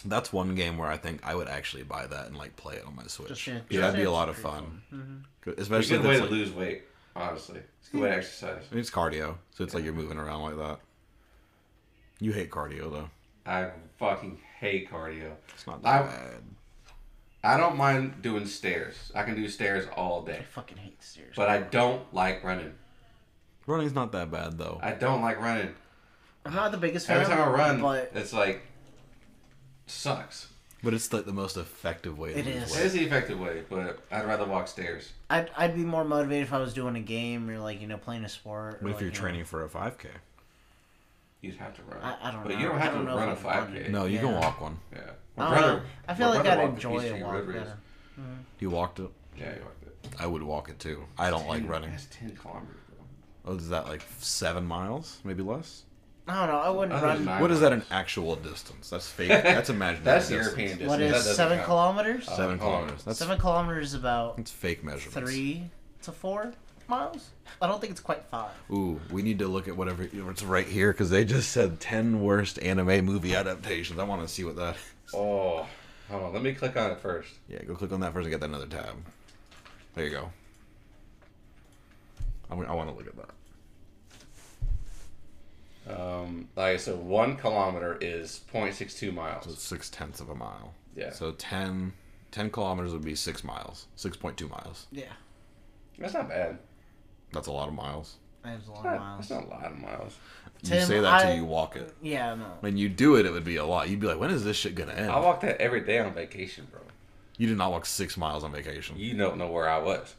Speaker 2: that's one game where I think I would actually buy that and like play it on my Switch.
Speaker 3: Just Dance-
Speaker 2: yeah, that'd be a
Speaker 3: Just Mm-hmm.
Speaker 2: lot of
Speaker 3: Dance is pretty
Speaker 2: fun,
Speaker 1: It's a
Speaker 2: especially if
Speaker 1: good way
Speaker 2: it's,
Speaker 1: to
Speaker 2: like,
Speaker 1: lose weight, honestly. It's a good way to exercise.
Speaker 2: I mean, it's cardio, so it's like you're moving around like that. You hate cardio though.
Speaker 1: I fucking hate cardio.
Speaker 2: It's not
Speaker 1: I-
Speaker 2: that bad.
Speaker 1: I don't mind doing stairs. I can do stairs all day.
Speaker 3: I fucking hate stairs.
Speaker 1: But I don't like running.
Speaker 2: Running's not that bad though.
Speaker 1: I don't like running.
Speaker 3: I'm not the biggest fan.
Speaker 1: Every time I run,
Speaker 3: but
Speaker 1: it's like sucks.
Speaker 2: But it's like the most effective way to
Speaker 3: It
Speaker 2: lose
Speaker 3: is.
Speaker 1: It
Speaker 2: weight.
Speaker 1: is the effective way, but I'd rather walk stairs.
Speaker 3: I'd, I'd be more motivated if I was doing a game or like you know playing a sport. or,
Speaker 2: But if
Speaker 3: like,
Speaker 2: you're
Speaker 3: you know-
Speaker 2: training for a 5K,
Speaker 1: You'd have to run.
Speaker 3: I- I don't
Speaker 1: but
Speaker 3: know.
Speaker 1: you don't
Speaker 3: I
Speaker 1: have
Speaker 3: don't
Speaker 1: to
Speaker 3: know
Speaker 1: run a
Speaker 3: if I'd run
Speaker 1: 5K.
Speaker 3: it.
Speaker 2: no, you can
Speaker 3: Yeah.
Speaker 2: walk one.
Speaker 1: Yeah.
Speaker 3: I
Speaker 1: My
Speaker 3: don't
Speaker 1: brother-
Speaker 3: know. I feel
Speaker 1: my
Speaker 3: like
Speaker 1: brother
Speaker 3: I'd
Speaker 1: walked the
Speaker 3: enjoy
Speaker 1: Peachtree
Speaker 3: a walk
Speaker 1: Road Race.
Speaker 3: better.
Speaker 2: You walked it.
Speaker 1: Yeah, he walked it.
Speaker 2: I would walk it too. I don't like
Speaker 1: Dude,
Speaker 2: running.
Speaker 1: That's 10 kilometers, bro.
Speaker 2: Oh, is that like seven miles, maybe less?
Speaker 3: I don't know. I wouldn't
Speaker 1: Other than
Speaker 3: run.
Speaker 1: nine
Speaker 2: What is that an
Speaker 1: miles.
Speaker 2: actual distance? That's fake. That's imaginary.
Speaker 1: That's
Speaker 2: distance.
Speaker 1: European distance.
Speaker 3: What
Speaker 1: That
Speaker 3: is
Speaker 1: doesn't
Speaker 3: seven
Speaker 1: count.
Speaker 3: kilometers?
Speaker 2: Seven
Speaker 1: Uh, hold on.
Speaker 2: kilometers. That's
Speaker 3: seven kilometers is about
Speaker 2: It's fake measurements.
Speaker 3: three to four miles. I don't think it's quite five.
Speaker 2: Ooh, we need to look at whatever it's right here because they just said ten worst anime movie adaptations. I want to see what that.
Speaker 1: Oh, hold on. Let me click on it first.
Speaker 2: Yeah, go click on that first and get that another tab. There you go. I, want to look at that.
Speaker 1: Um, like so, one kilometer is 0.62
Speaker 2: So
Speaker 1: miles.
Speaker 2: it's six tenths of a mile.
Speaker 1: Yeah.
Speaker 2: So 10, 10 kilometers would be six miles, six point two miles.
Speaker 3: Yeah,
Speaker 1: That's not bad.
Speaker 2: That's a lot of miles.
Speaker 3: that is a lot
Speaker 1: Not-
Speaker 3: of miles.
Speaker 1: That's not a lot of miles.
Speaker 2: you
Speaker 3: Tim,
Speaker 2: say that till
Speaker 3: I-
Speaker 2: you walk it.
Speaker 3: Yeah, no.
Speaker 2: When you do it, it would be a lot. You'd be like, when is this shit gonna end?
Speaker 1: I walk that every day on vacation, bro.
Speaker 2: you did not walk six miles on vacation.
Speaker 1: You don't know where I was.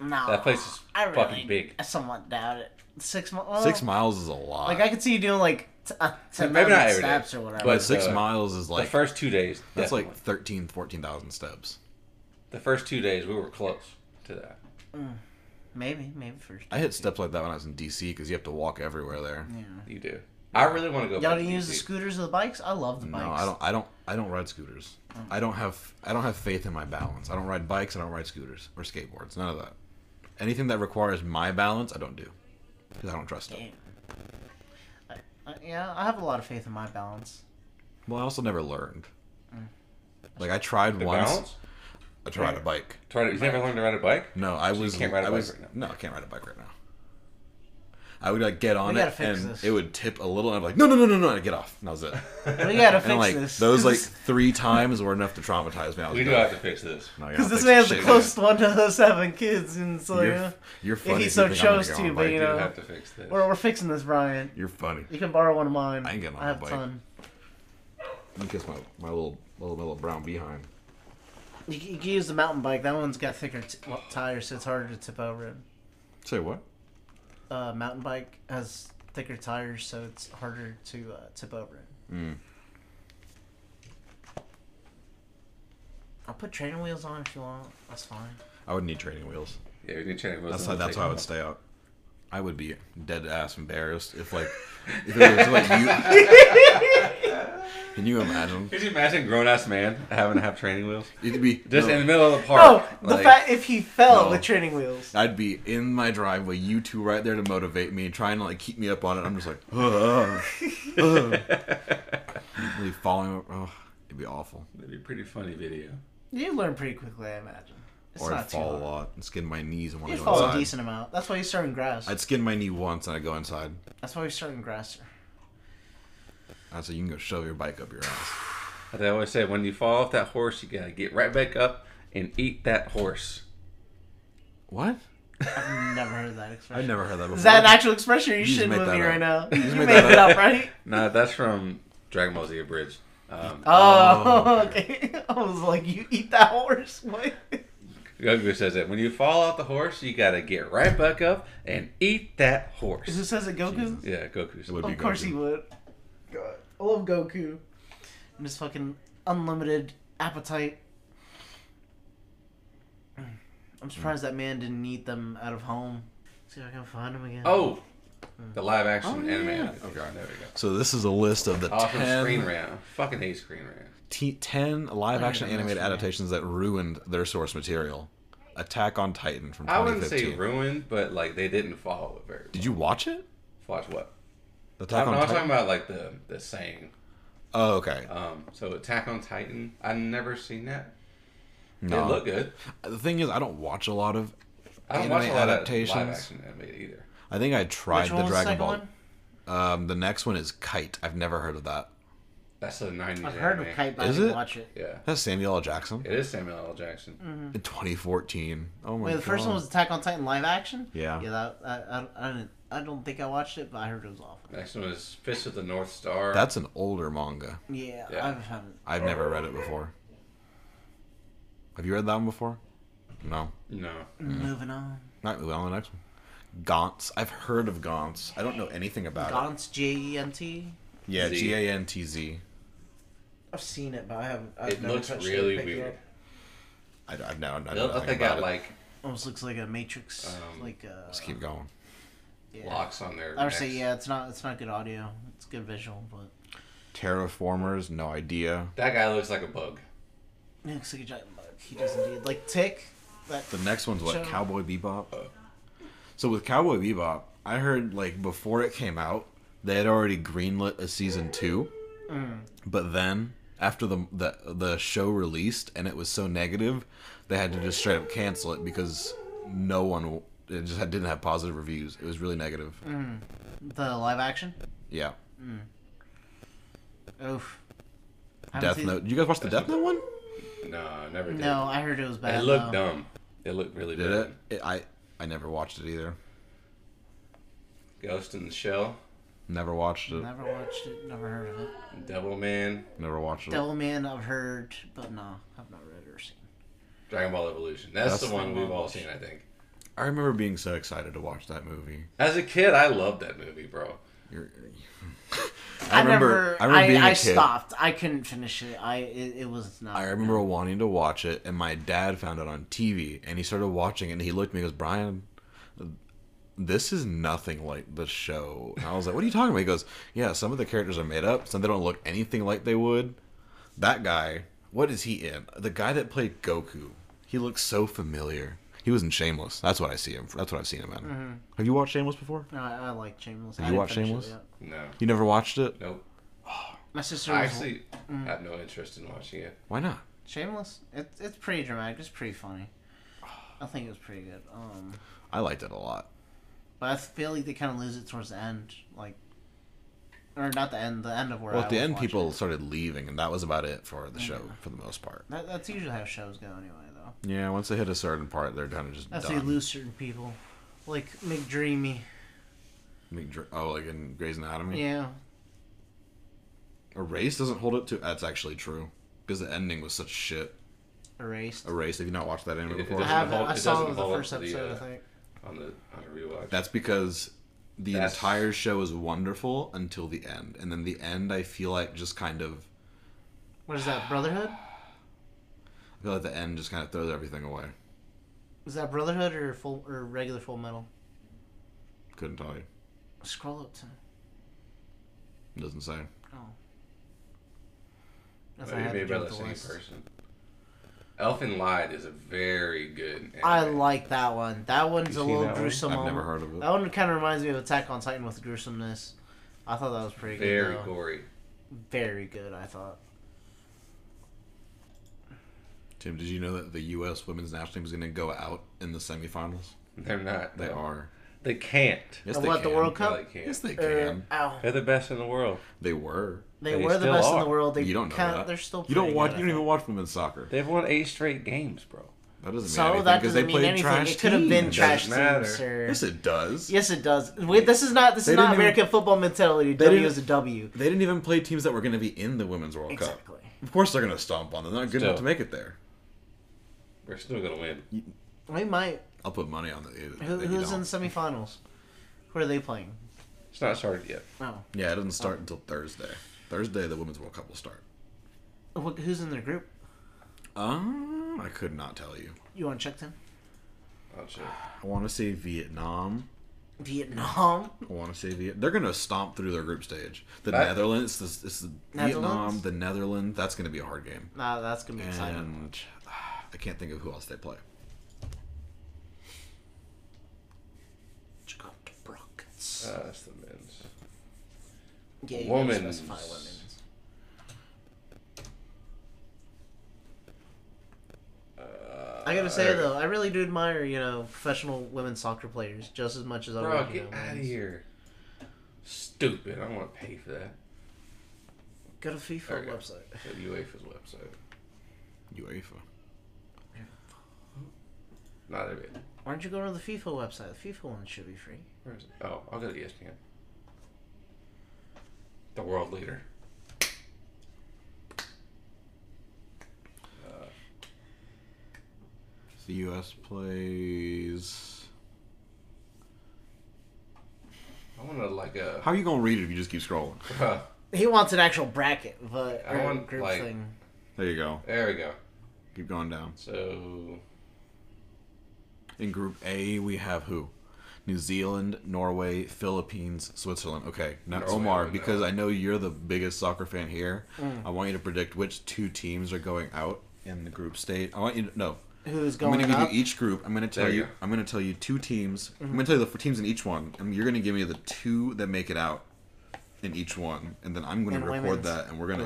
Speaker 3: No,
Speaker 1: That place is
Speaker 3: I really,
Speaker 1: fucking big.
Speaker 3: I somewhat doubt it. Six miles.
Speaker 2: Six miles is a lot.
Speaker 3: Oh. Like I could see you doing like t- uh, ten
Speaker 1: Maybe not
Speaker 3: thousand
Speaker 1: every day,
Speaker 3: steps or whatever.
Speaker 2: but
Speaker 1: but,
Speaker 2: six
Speaker 1: uh,
Speaker 2: miles is
Speaker 1: the
Speaker 2: like
Speaker 1: first two days,
Speaker 2: that's
Speaker 1: definitely.
Speaker 2: like 13, 14,000 steps.
Speaker 1: the first two days we were close to that.
Speaker 3: maybe, maybe first.
Speaker 2: I hit steps like that when I was in DC because you have to walk everywhere there.
Speaker 3: Yeah.
Speaker 1: You do. I really want to go.
Speaker 3: Y'all
Speaker 1: back
Speaker 3: didn't
Speaker 1: to
Speaker 3: use the
Speaker 1: DC.
Speaker 3: scooters or the bikes? I love the bikes.
Speaker 2: No, I don't. I don't. I don't ride scooters. I don't have. I don't have faith in my balance. I don't ride bikes. I don't ride scooters or skateboards. None of that. Anything that requires my balance, I don't do because I don't trust it.
Speaker 3: Damn. I, I, yeah, I have a lot of faith in my balance.
Speaker 2: Well, I also never learned.
Speaker 1: Mm.
Speaker 2: Like I tried
Speaker 1: The
Speaker 2: once.
Speaker 1: balance?
Speaker 2: I tried a bike.
Speaker 1: Try to, you never learned to ride a bike?
Speaker 2: No, I
Speaker 1: So you
Speaker 2: was.
Speaker 1: can't ride a
Speaker 2: I
Speaker 1: bike
Speaker 2: was,
Speaker 1: right
Speaker 2: No, I can't ride a bike right now. I would like get on
Speaker 3: gotta
Speaker 2: it
Speaker 3: fix
Speaker 2: and
Speaker 3: this.
Speaker 2: it would tip a little, and I'm like, no, no, no, no, no, and I'd get off. And that was it.
Speaker 3: We gotta
Speaker 2: And
Speaker 3: fix
Speaker 2: like
Speaker 3: this.
Speaker 2: those like
Speaker 3: This-
Speaker 2: three times were enough to traumatize me. I was
Speaker 1: We do
Speaker 2: done.
Speaker 1: have to fix this.
Speaker 2: No, you're not
Speaker 3: Because this
Speaker 2: fixing
Speaker 3: man's the
Speaker 2: shit.
Speaker 3: closest one to us having kids, and so
Speaker 2: You're,
Speaker 3: yeah,
Speaker 2: you're
Speaker 3: he
Speaker 2: funny. if you
Speaker 3: so
Speaker 2: think I'm gonna
Speaker 3: chose
Speaker 2: get
Speaker 3: to,
Speaker 2: on a
Speaker 3: but,
Speaker 2: bike.
Speaker 3: you
Speaker 1: We do
Speaker 3: know-
Speaker 1: have to fix this.
Speaker 3: we're, we're fixing this, Brian.
Speaker 2: You're funny.
Speaker 3: You can borrow one of mine.
Speaker 2: I ain't getting on
Speaker 3: I
Speaker 2: my
Speaker 3: have a
Speaker 2: bike.
Speaker 3: ton.
Speaker 2: You kiss my, my little, little little brown behind.
Speaker 3: You, c- you can use the mountain bike. That one's got thicker t- tires, so it's harder to tip over. it.
Speaker 2: Say what?
Speaker 3: Uh, mountain bike has thicker tires, so it's harder to uh, tip over. it.
Speaker 2: Mm.
Speaker 3: I'll put training wheels on if you want. That's fine.
Speaker 2: I would need training wheels.
Speaker 1: Yeah, we need to change most
Speaker 2: That's
Speaker 1: of
Speaker 2: how,
Speaker 1: the
Speaker 2: that's how I would
Speaker 1: things.
Speaker 2: stay out. I would be dead ass embarrassed if like if it was like you. Can you imagine?
Speaker 1: Could you imagine grown ass man having to have training wheels?
Speaker 2: It'd be
Speaker 1: Just
Speaker 2: no,
Speaker 1: in the middle of the
Speaker 3: Oh,
Speaker 1: park.
Speaker 3: the
Speaker 2: like-
Speaker 3: fact if he fell
Speaker 2: No.
Speaker 3: with training wheels.
Speaker 2: I'd be in my driveway, you two right there to motivate me and trying to like keep me up on it. I'm just like, ugh, ugh. really falling over. Oh, it'd be awful.
Speaker 1: That'd be a pretty funny video.
Speaker 3: You learn pretty quickly, I imagine. It's
Speaker 2: or
Speaker 3: not
Speaker 2: I'd
Speaker 3: too
Speaker 2: fall a
Speaker 3: hard.
Speaker 2: lot and skin my knees and want
Speaker 3: You
Speaker 2: to go
Speaker 3: fall a
Speaker 2: inside.
Speaker 3: decent amount. That's why you start in grass.
Speaker 2: I'd skin my knee once and I'd go inside.
Speaker 3: That's why we start in grasser.
Speaker 2: I said, Ah, you can go shove your bike up your ass.
Speaker 1: As I always say, when you fall off that horse, you gotta get right back up and eat that horse.
Speaker 2: What?
Speaker 3: I've never heard that expression.
Speaker 2: I've never heard that before.
Speaker 3: Is that an actual expression? Or you,
Speaker 2: You just
Speaker 3: should
Speaker 2: made
Speaker 3: move
Speaker 2: that
Speaker 3: me
Speaker 2: up.
Speaker 3: right now.
Speaker 2: You just
Speaker 3: You
Speaker 2: made
Speaker 3: made
Speaker 2: that
Speaker 3: it
Speaker 2: up.
Speaker 3: up, right?
Speaker 1: No, that's from Dragon Ball Z Abridged. Um,
Speaker 3: Oh,
Speaker 2: Oh,
Speaker 3: okay. I was like, you eat that horse? What?
Speaker 1: Goku says it. When you fall off the horse, you gotta get right back up and eat that
Speaker 3: Is it
Speaker 1: horse.
Speaker 3: says it Goku?
Speaker 2: Jesus.
Speaker 1: Yeah, Goku.
Speaker 2: It
Speaker 1: says-
Speaker 2: would be
Speaker 3: Of course
Speaker 2: Goku.
Speaker 3: he would. God, I love Goku. And his fucking unlimited appetite. I'm surprised that man didn't eat them out of home. See if I can find him again.
Speaker 1: Oh, the live action
Speaker 2: Oh, yeah.
Speaker 1: anime.
Speaker 2: Okay.
Speaker 1: There we go.
Speaker 2: So this is a list of the
Speaker 1: Off of
Speaker 2: 10,
Speaker 1: Screen Rant. Fucking hate Screen Rant.
Speaker 2: t- 10 live action
Speaker 3: I don't know
Speaker 2: animated
Speaker 3: what's wrong.
Speaker 2: adaptations that ruined their source material. Attack on Titan from
Speaker 1: I wouldn't say
Speaker 2: 2015.
Speaker 1: ruined, but like they didn't follow it very.
Speaker 2: Did you watch it?
Speaker 1: Watch what?
Speaker 2: Attack
Speaker 1: I'm
Speaker 2: on
Speaker 1: not
Speaker 2: Titan.
Speaker 1: talking about like the the saying.
Speaker 2: oh, okay.
Speaker 1: Um, so Attack on Titan. I've never seen that.
Speaker 2: No.
Speaker 1: It looked good.
Speaker 2: The thing is, I don't watch a lot of.
Speaker 1: I don't
Speaker 2: Anime
Speaker 1: watch a lot
Speaker 2: adaptations?
Speaker 1: of live action anime either.
Speaker 2: I think I tried
Speaker 3: Which
Speaker 2: the
Speaker 3: one was the
Speaker 2: Dragon
Speaker 3: second
Speaker 2: Ball.
Speaker 3: one?
Speaker 2: Um, the next one is Kite. I've never heard of that.
Speaker 1: That's the '90s.
Speaker 3: I've heard
Speaker 1: anime.
Speaker 3: of Kite, but
Speaker 2: Is
Speaker 3: I didn't
Speaker 2: it?
Speaker 3: watch it.
Speaker 1: Yeah,
Speaker 2: That's Samuel L. Jackson
Speaker 1: it is Samuel L. Jackson.
Speaker 3: Mm.
Speaker 2: in 2014. Oh my
Speaker 3: Wait, the
Speaker 2: god.
Speaker 3: first one was Attack on Titan live action.
Speaker 2: Yeah.
Speaker 3: Yeah, that, I, I, I didn't. I don't think I watched it, but I heard it was awful.
Speaker 1: Next one is Fist of the North Star.
Speaker 2: That's an older manga.
Speaker 3: Yeah,
Speaker 1: Yeah.
Speaker 3: I haven't.
Speaker 2: I've never read it before. Have you read that one before? No.
Speaker 1: no.
Speaker 3: Moving on.
Speaker 2: Not really. On the next one. Gaunts. I've heard of Gaunts. I don't know anything about it.
Speaker 3: Gaunt's J E N T.
Speaker 2: Yeah,
Speaker 1: Z.
Speaker 2: G A N T Z.
Speaker 3: I've seen it, but I haven't. I've
Speaker 1: It
Speaker 3: never
Speaker 1: looks
Speaker 3: touched
Speaker 1: really
Speaker 3: it or picked it
Speaker 1: weird.
Speaker 3: up.
Speaker 2: I, I've never. I don't
Speaker 1: I don't
Speaker 2: know
Speaker 1: think
Speaker 2: anything
Speaker 1: they got
Speaker 2: about it.
Speaker 1: like
Speaker 3: Almost looks like a Matrix.
Speaker 1: Um,
Speaker 3: like uh,
Speaker 2: Let's keep going.
Speaker 3: yeah.
Speaker 1: locks on their.
Speaker 3: I would say
Speaker 1: necks.
Speaker 3: yeah. It's not. It's not good audio. It's good visual, but
Speaker 2: Terraformers. No idea.
Speaker 1: That guy looks like a bug.
Speaker 3: it looks like a giant bug. He does indeed. Like Tick. That
Speaker 2: The next one's what?
Speaker 3: So-
Speaker 2: Cowboy Bebop. Uh, So with Cowboy Bebop, I heard like before it came out, they had already greenlit a season two,
Speaker 3: Mm.
Speaker 2: but then after the, the the show released and it was so negative, they had to just straight up cancel it because no one it just had, didn't have positive reviews. It was really negative.
Speaker 3: Mm. the live action.
Speaker 2: Yeah.
Speaker 3: Oof. I haven't
Speaker 2: Death
Speaker 3: seen-
Speaker 2: Note. Did you guys watch the Death Note one?
Speaker 1: No, I never did.
Speaker 3: No, I heard it was bad.
Speaker 1: It looked
Speaker 3: though.
Speaker 1: dumb. It looked really
Speaker 2: Did
Speaker 1: bad.
Speaker 2: it? it? I I never watched it either.
Speaker 1: Ghost in the Shell,
Speaker 2: Never watched it.
Speaker 3: Never watched it. Never heard of it.
Speaker 1: Devil Man,
Speaker 2: Never watched it.
Speaker 3: Devilman, I've heard, but no, I've not read or seen.
Speaker 1: Dragon Ball Evolution. That's,
Speaker 2: That's
Speaker 1: the one
Speaker 3: the
Speaker 1: we've
Speaker 3: one.
Speaker 1: all seen, I think.
Speaker 2: I remember being so excited to watch that movie.
Speaker 1: As a kid, I loved that movie, bro.
Speaker 2: You're,
Speaker 3: I, remember, I,
Speaker 2: remember being
Speaker 3: I
Speaker 2: a kid.
Speaker 3: stopped. I couldn't finish it. I it, it was not.
Speaker 2: I remember wanting to watch it, and my dad found it on TV, and he started watching it, and he looked at me and goes, Brian, this is nothing like the show. And I was like, what are you talking about? He goes, yeah, some of the characters are made up, some they don't look anything like they would. That guy, what is he in? The guy that played Goku, he looks so familiar. He was in Shameless. That's what I see him. That's what I've seen him in.
Speaker 3: Mm-hmm.
Speaker 2: Have you watched Shameless before?
Speaker 3: No, I, I like Shameless.
Speaker 2: Have
Speaker 3: I
Speaker 2: you
Speaker 3: didn't
Speaker 2: watched
Speaker 3: finish it
Speaker 2: Shameless?
Speaker 3: yet.
Speaker 1: No.
Speaker 2: You never watched it?
Speaker 1: Nope.
Speaker 3: My sister
Speaker 1: I
Speaker 3: was mm.
Speaker 1: actually have no interest in watching it.
Speaker 2: Why not?
Speaker 3: Shameless. It, it's pretty dramatic. It's pretty funny. I think it was pretty good. Um,
Speaker 2: I liked it a lot.
Speaker 3: but I feel like they kind of lose it towards the end, like, or not the end, the end of where.
Speaker 2: Well,
Speaker 3: I
Speaker 2: at the
Speaker 3: was
Speaker 2: end,
Speaker 3: watching
Speaker 2: people
Speaker 3: it.
Speaker 2: started leaving, and that was about it for the show,
Speaker 3: Mm-hmm.
Speaker 2: for the most part.
Speaker 3: That, that's usually how shows go, anyway. Though
Speaker 2: Yeah, once they hit a certain part, they're kind of just
Speaker 3: that's how you
Speaker 2: done.
Speaker 3: lose certain people, like McDreamy.
Speaker 2: McDr- oh, like in Grey's Anatomy,
Speaker 3: Yeah,
Speaker 2: a race doesn't hold up to. That's actually true because the ending was such shit.
Speaker 3: erased.
Speaker 2: A race. Have you not watched that anime
Speaker 1: It- it
Speaker 2: before?
Speaker 3: I
Speaker 1: doesn't
Speaker 3: have.
Speaker 1: hold-
Speaker 3: I
Speaker 1: it
Speaker 3: saw
Speaker 1: doesn't
Speaker 3: the
Speaker 1: hold up
Speaker 3: first
Speaker 1: to the,
Speaker 3: episode.
Speaker 1: uh,
Speaker 3: I think.
Speaker 1: On the on a rewatch.
Speaker 2: That's because the
Speaker 1: That's-
Speaker 2: entire show is wonderful until the end, and then the end, I feel like just kind of,
Speaker 3: What is that? Brotherhood?
Speaker 2: I feel like the end just kind of throws everything away.
Speaker 3: Is that Brotherhood or full or regular Full Metal?
Speaker 2: Couldn't tell you.
Speaker 3: Scroll up to.
Speaker 2: Doesn't say.
Speaker 3: Oh. That's
Speaker 1: Maybe made by the same person. Elfin Lied is a very good.
Speaker 3: I
Speaker 1: anime.
Speaker 3: like that one. That one's
Speaker 1: You
Speaker 3: a
Speaker 1: seen
Speaker 3: little
Speaker 1: that one?
Speaker 3: gruesome.
Speaker 2: I've
Speaker 3: on-
Speaker 2: never heard of it.
Speaker 3: That one kind of reminds me of Attack on Titan with gruesomeness. I thought that was pretty
Speaker 1: very
Speaker 3: good. though.
Speaker 1: gory.
Speaker 3: Very good, I thought.
Speaker 2: Tim, did you know that the U.S. women's national team is going to go out in the semifinals?
Speaker 1: They're not.
Speaker 2: They
Speaker 1: no.
Speaker 2: are.
Speaker 1: They can't.
Speaker 2: Yes,
Speaker 3: Uh,
Speaker 2: they
Speaker 3: what, the
Speaker 2: can.
Speaker 3: World Cup?
Speaker 1: No, they can't.
Speaker 2: Yes, they
Speaker 3: Er,
Speaker 2: can.
Speaker 3: ow.
Speaker 1: They're the best in the world.
Speaker 2: They were.
Speaker 3: They,
Speaker 1: They
Speaker 3: were the
Speaker 1: still
Speaker 3: best in
Speaker 1: are.
Speaker 3: the world. They
Speaker 2: you don't know
Speaker 3: kind
Speaker 2: that.
Speaker 3: They're still.
Speaker 2: You don't
Speaker 3: pretty
Speaker 2: watch.
Speaker 3: good,
Speaker 2: You don't
Speaker 3: I
Speaker 2: even watch women's soccer.
Speaker 1: They've won eight straight games, bro.
Speaker 2: That doesn't mean
Speaker 3: So,
Speaker 2: anything
Speaker 3: that
Speaker 2: because they
Speaker 3: doesn't mean
Speaker 2: played
Speaker 3: anything.
Speaker 2: trash.
Speaker 3: It could have been
Speaker 2: teams.
Speaker 3: trash
Speaker 1: Doesn't matter.
Speaker 3: teams, sir.
Speaker 2: Yes, it does.
Speaker 3: Yes, it does. Wait, this is not this is not
Speaker 2: didn't even-
Speaker 3: American football mentality. W
Speaker 2: didn't-
Speaker 3: is a W. E.
Speaker 2: They didn't even play teams that were going to be in the women's World Cup.
Speaker 3: Exactly.
Speaker 2: Of course, they're going to stomp on them. They're not good enough to
Speaker 1: Still.
Speaker 2: make it there.
Speaker 1: We're still gonna win.
Speaker 3: We might.
Speaker 2: I'll put money on the.
Speaker 3: Who, who's in semifinals? Who are they playing?
Speaker 1: It's not started yet.
Speaker 3: Oh,
Speaker 2: Yeah, it doesn't start until Thursday. Thursday, the women's World Cup will start.
Speaker 3: Wh- who's in their group?
Speaker 2: Um, I could not tell you.
Speaker 3: You want to check them?
Speaker 1: I'll check.
Speaker 2: I want to say Vietnam.
Speaker 3: Vietnam.
Speaker 2: I want to say Viet. They're going to stomp through their group stage. The
Speaker 1: That-
Speaker 2: Netherlands, this, this is Vietnam,
Speaker 3: Netherlands?
Speaker 2: the Netherlands. That's going to be a hard game.
Speaker 3: Nah, that's gonna be exciting.
Speaker 2: And I can't think of who else they play.
Speaker 3: Chicago Broncos.
Speaker 1: Uh, that's the men's.
Speaker 3: Yeah, you gotta
Speaker 1: women's.
Speaker 3: specify women's. I
Speaker 1: Uh,
Speaker 3: gotta say though, I really do admire you know professional women's soccer players just as much as I
Speaker 1: Bro,
Speaker 3: would, you
Speaker 1: get
Speaker 3: know,
Speaker 1: out of
Speaker 3: men's.
Speaker 1: here. Stupid. I don't want to pay for that.
Speaker 3: Go to FIFA
Speaker 1: There we go.
Speaker 3: website.
Speaker 1: The UEFA's website.
Speaker 2: UEFA.
Speaker 1: Not a bit.
Speaker 3: Why don't you go to the FIFA website? The FIFA one should be free.
Speaker 1: Where is it? Oh, I'll go to ESPN. The world leader.
Speaker 2: The U.S. plays.
Speaker 1: I want to like uh, a.
Speaker 2: How are you gonna read it if you just keep scrolling?
Speaker 3: He wants an actual bracket, but
Speaker 1: I
Speaker 3: or
Speaker 1: want,
Speaker 3: group
Speaker 1: like-
Speaker 3: thing.
Speaker 2: There you go.
Speaker 1: there we go.
Speaker 2: Keep going down.
Speaker 1: So
Speaker 2: In Group A, we have who? New Zealand, Norway, Philippines, Switzerland. Okay, now
Speaker 1: Norway,
Speaker 2: Omar,
Speaker 1: no.
Speaker 2: because I know you're the biggest soccer fan here. I want you to predict which two teams are going out in the group stage. I want you to no.
Speaker 3: Who's
Speaker 2: I'm
Speaker 3: going
Speaker 2: gonna give
Speaker 1: e-
Speaker 3: up? Mm-hmm.
Speaker 2: you each group. I'm gonna tell
Speaker 1: There you
Speaker 2: you.
Speaker 1: go.
Speaker 2: I'm gonna tell you two teams. I'm gonna tell you the f- teams in each one, and you're gonna give me the two that make it out in each one, and then I'm gonna
Speaker 3: And
Speaker 2: record
Speaker 3: women's.
Speaker 2: that, and we're gonna.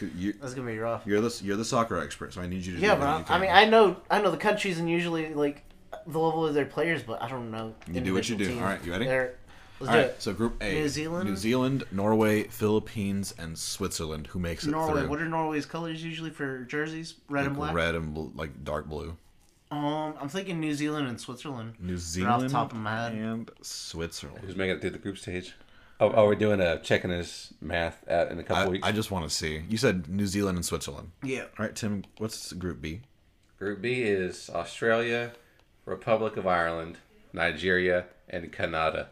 Speaker 2: 'cause You,
Speaker 3: That's gonna be rough.
Speaker 2: you're the you're the soccer expert, so I need you to. do
Speaker 3: Yeah, but
Speaker 2: everything you
Speaker 3: I, I mean,
Speaker 2: can.
Speaker 3: I know I know the countries and usually like the level of their players, but I don't know.
Speaker 2: You do what you
Speaker 3: individual
Speaker 2: do.
Speaker 3: teams.
Speaker 2: All right, you ready?
Speaker 3: There. Let's
Speaker 2: All
Speaker 3: do
Speaker 2: right,
Speaker 3: it.
Speaker 2: so Group A:
Speaker 3: New Zealand?
Speaker 2: New Zealand, Norway, Philippines, and Switzerland. Who makes it
Speaker 3: Norway.
Speaker 2: through?
Speaker 3: What are Norway's colors usually for jerseys? Red
Speaker 2: like
Speaker 3: and black.
Speaker 2: Red and bl- like dark blue.
Speaker 3: Um, I'm thinking New Zealand and Switzerland.
Speaker 2: New
Speaker 3: Right off the
Speaker 2: Zealand
Speaker 3: top of my head.
Speaker 2: and Switzerland.
Speaker 1: who's making it through the group stage? Oh, oh we're doing a checking his math out in a couple
Speaker 2: I,
Speaker 1: weeks.
Speaker 2: I just want to see. You said New Zealand and Switzerland.
Speaker 3: Yeah.
Speaker 2: All right, Tim. What's Group B?
Speaker 1: Group B is Australia, Republic of Ireland, Nigeria, and Canada.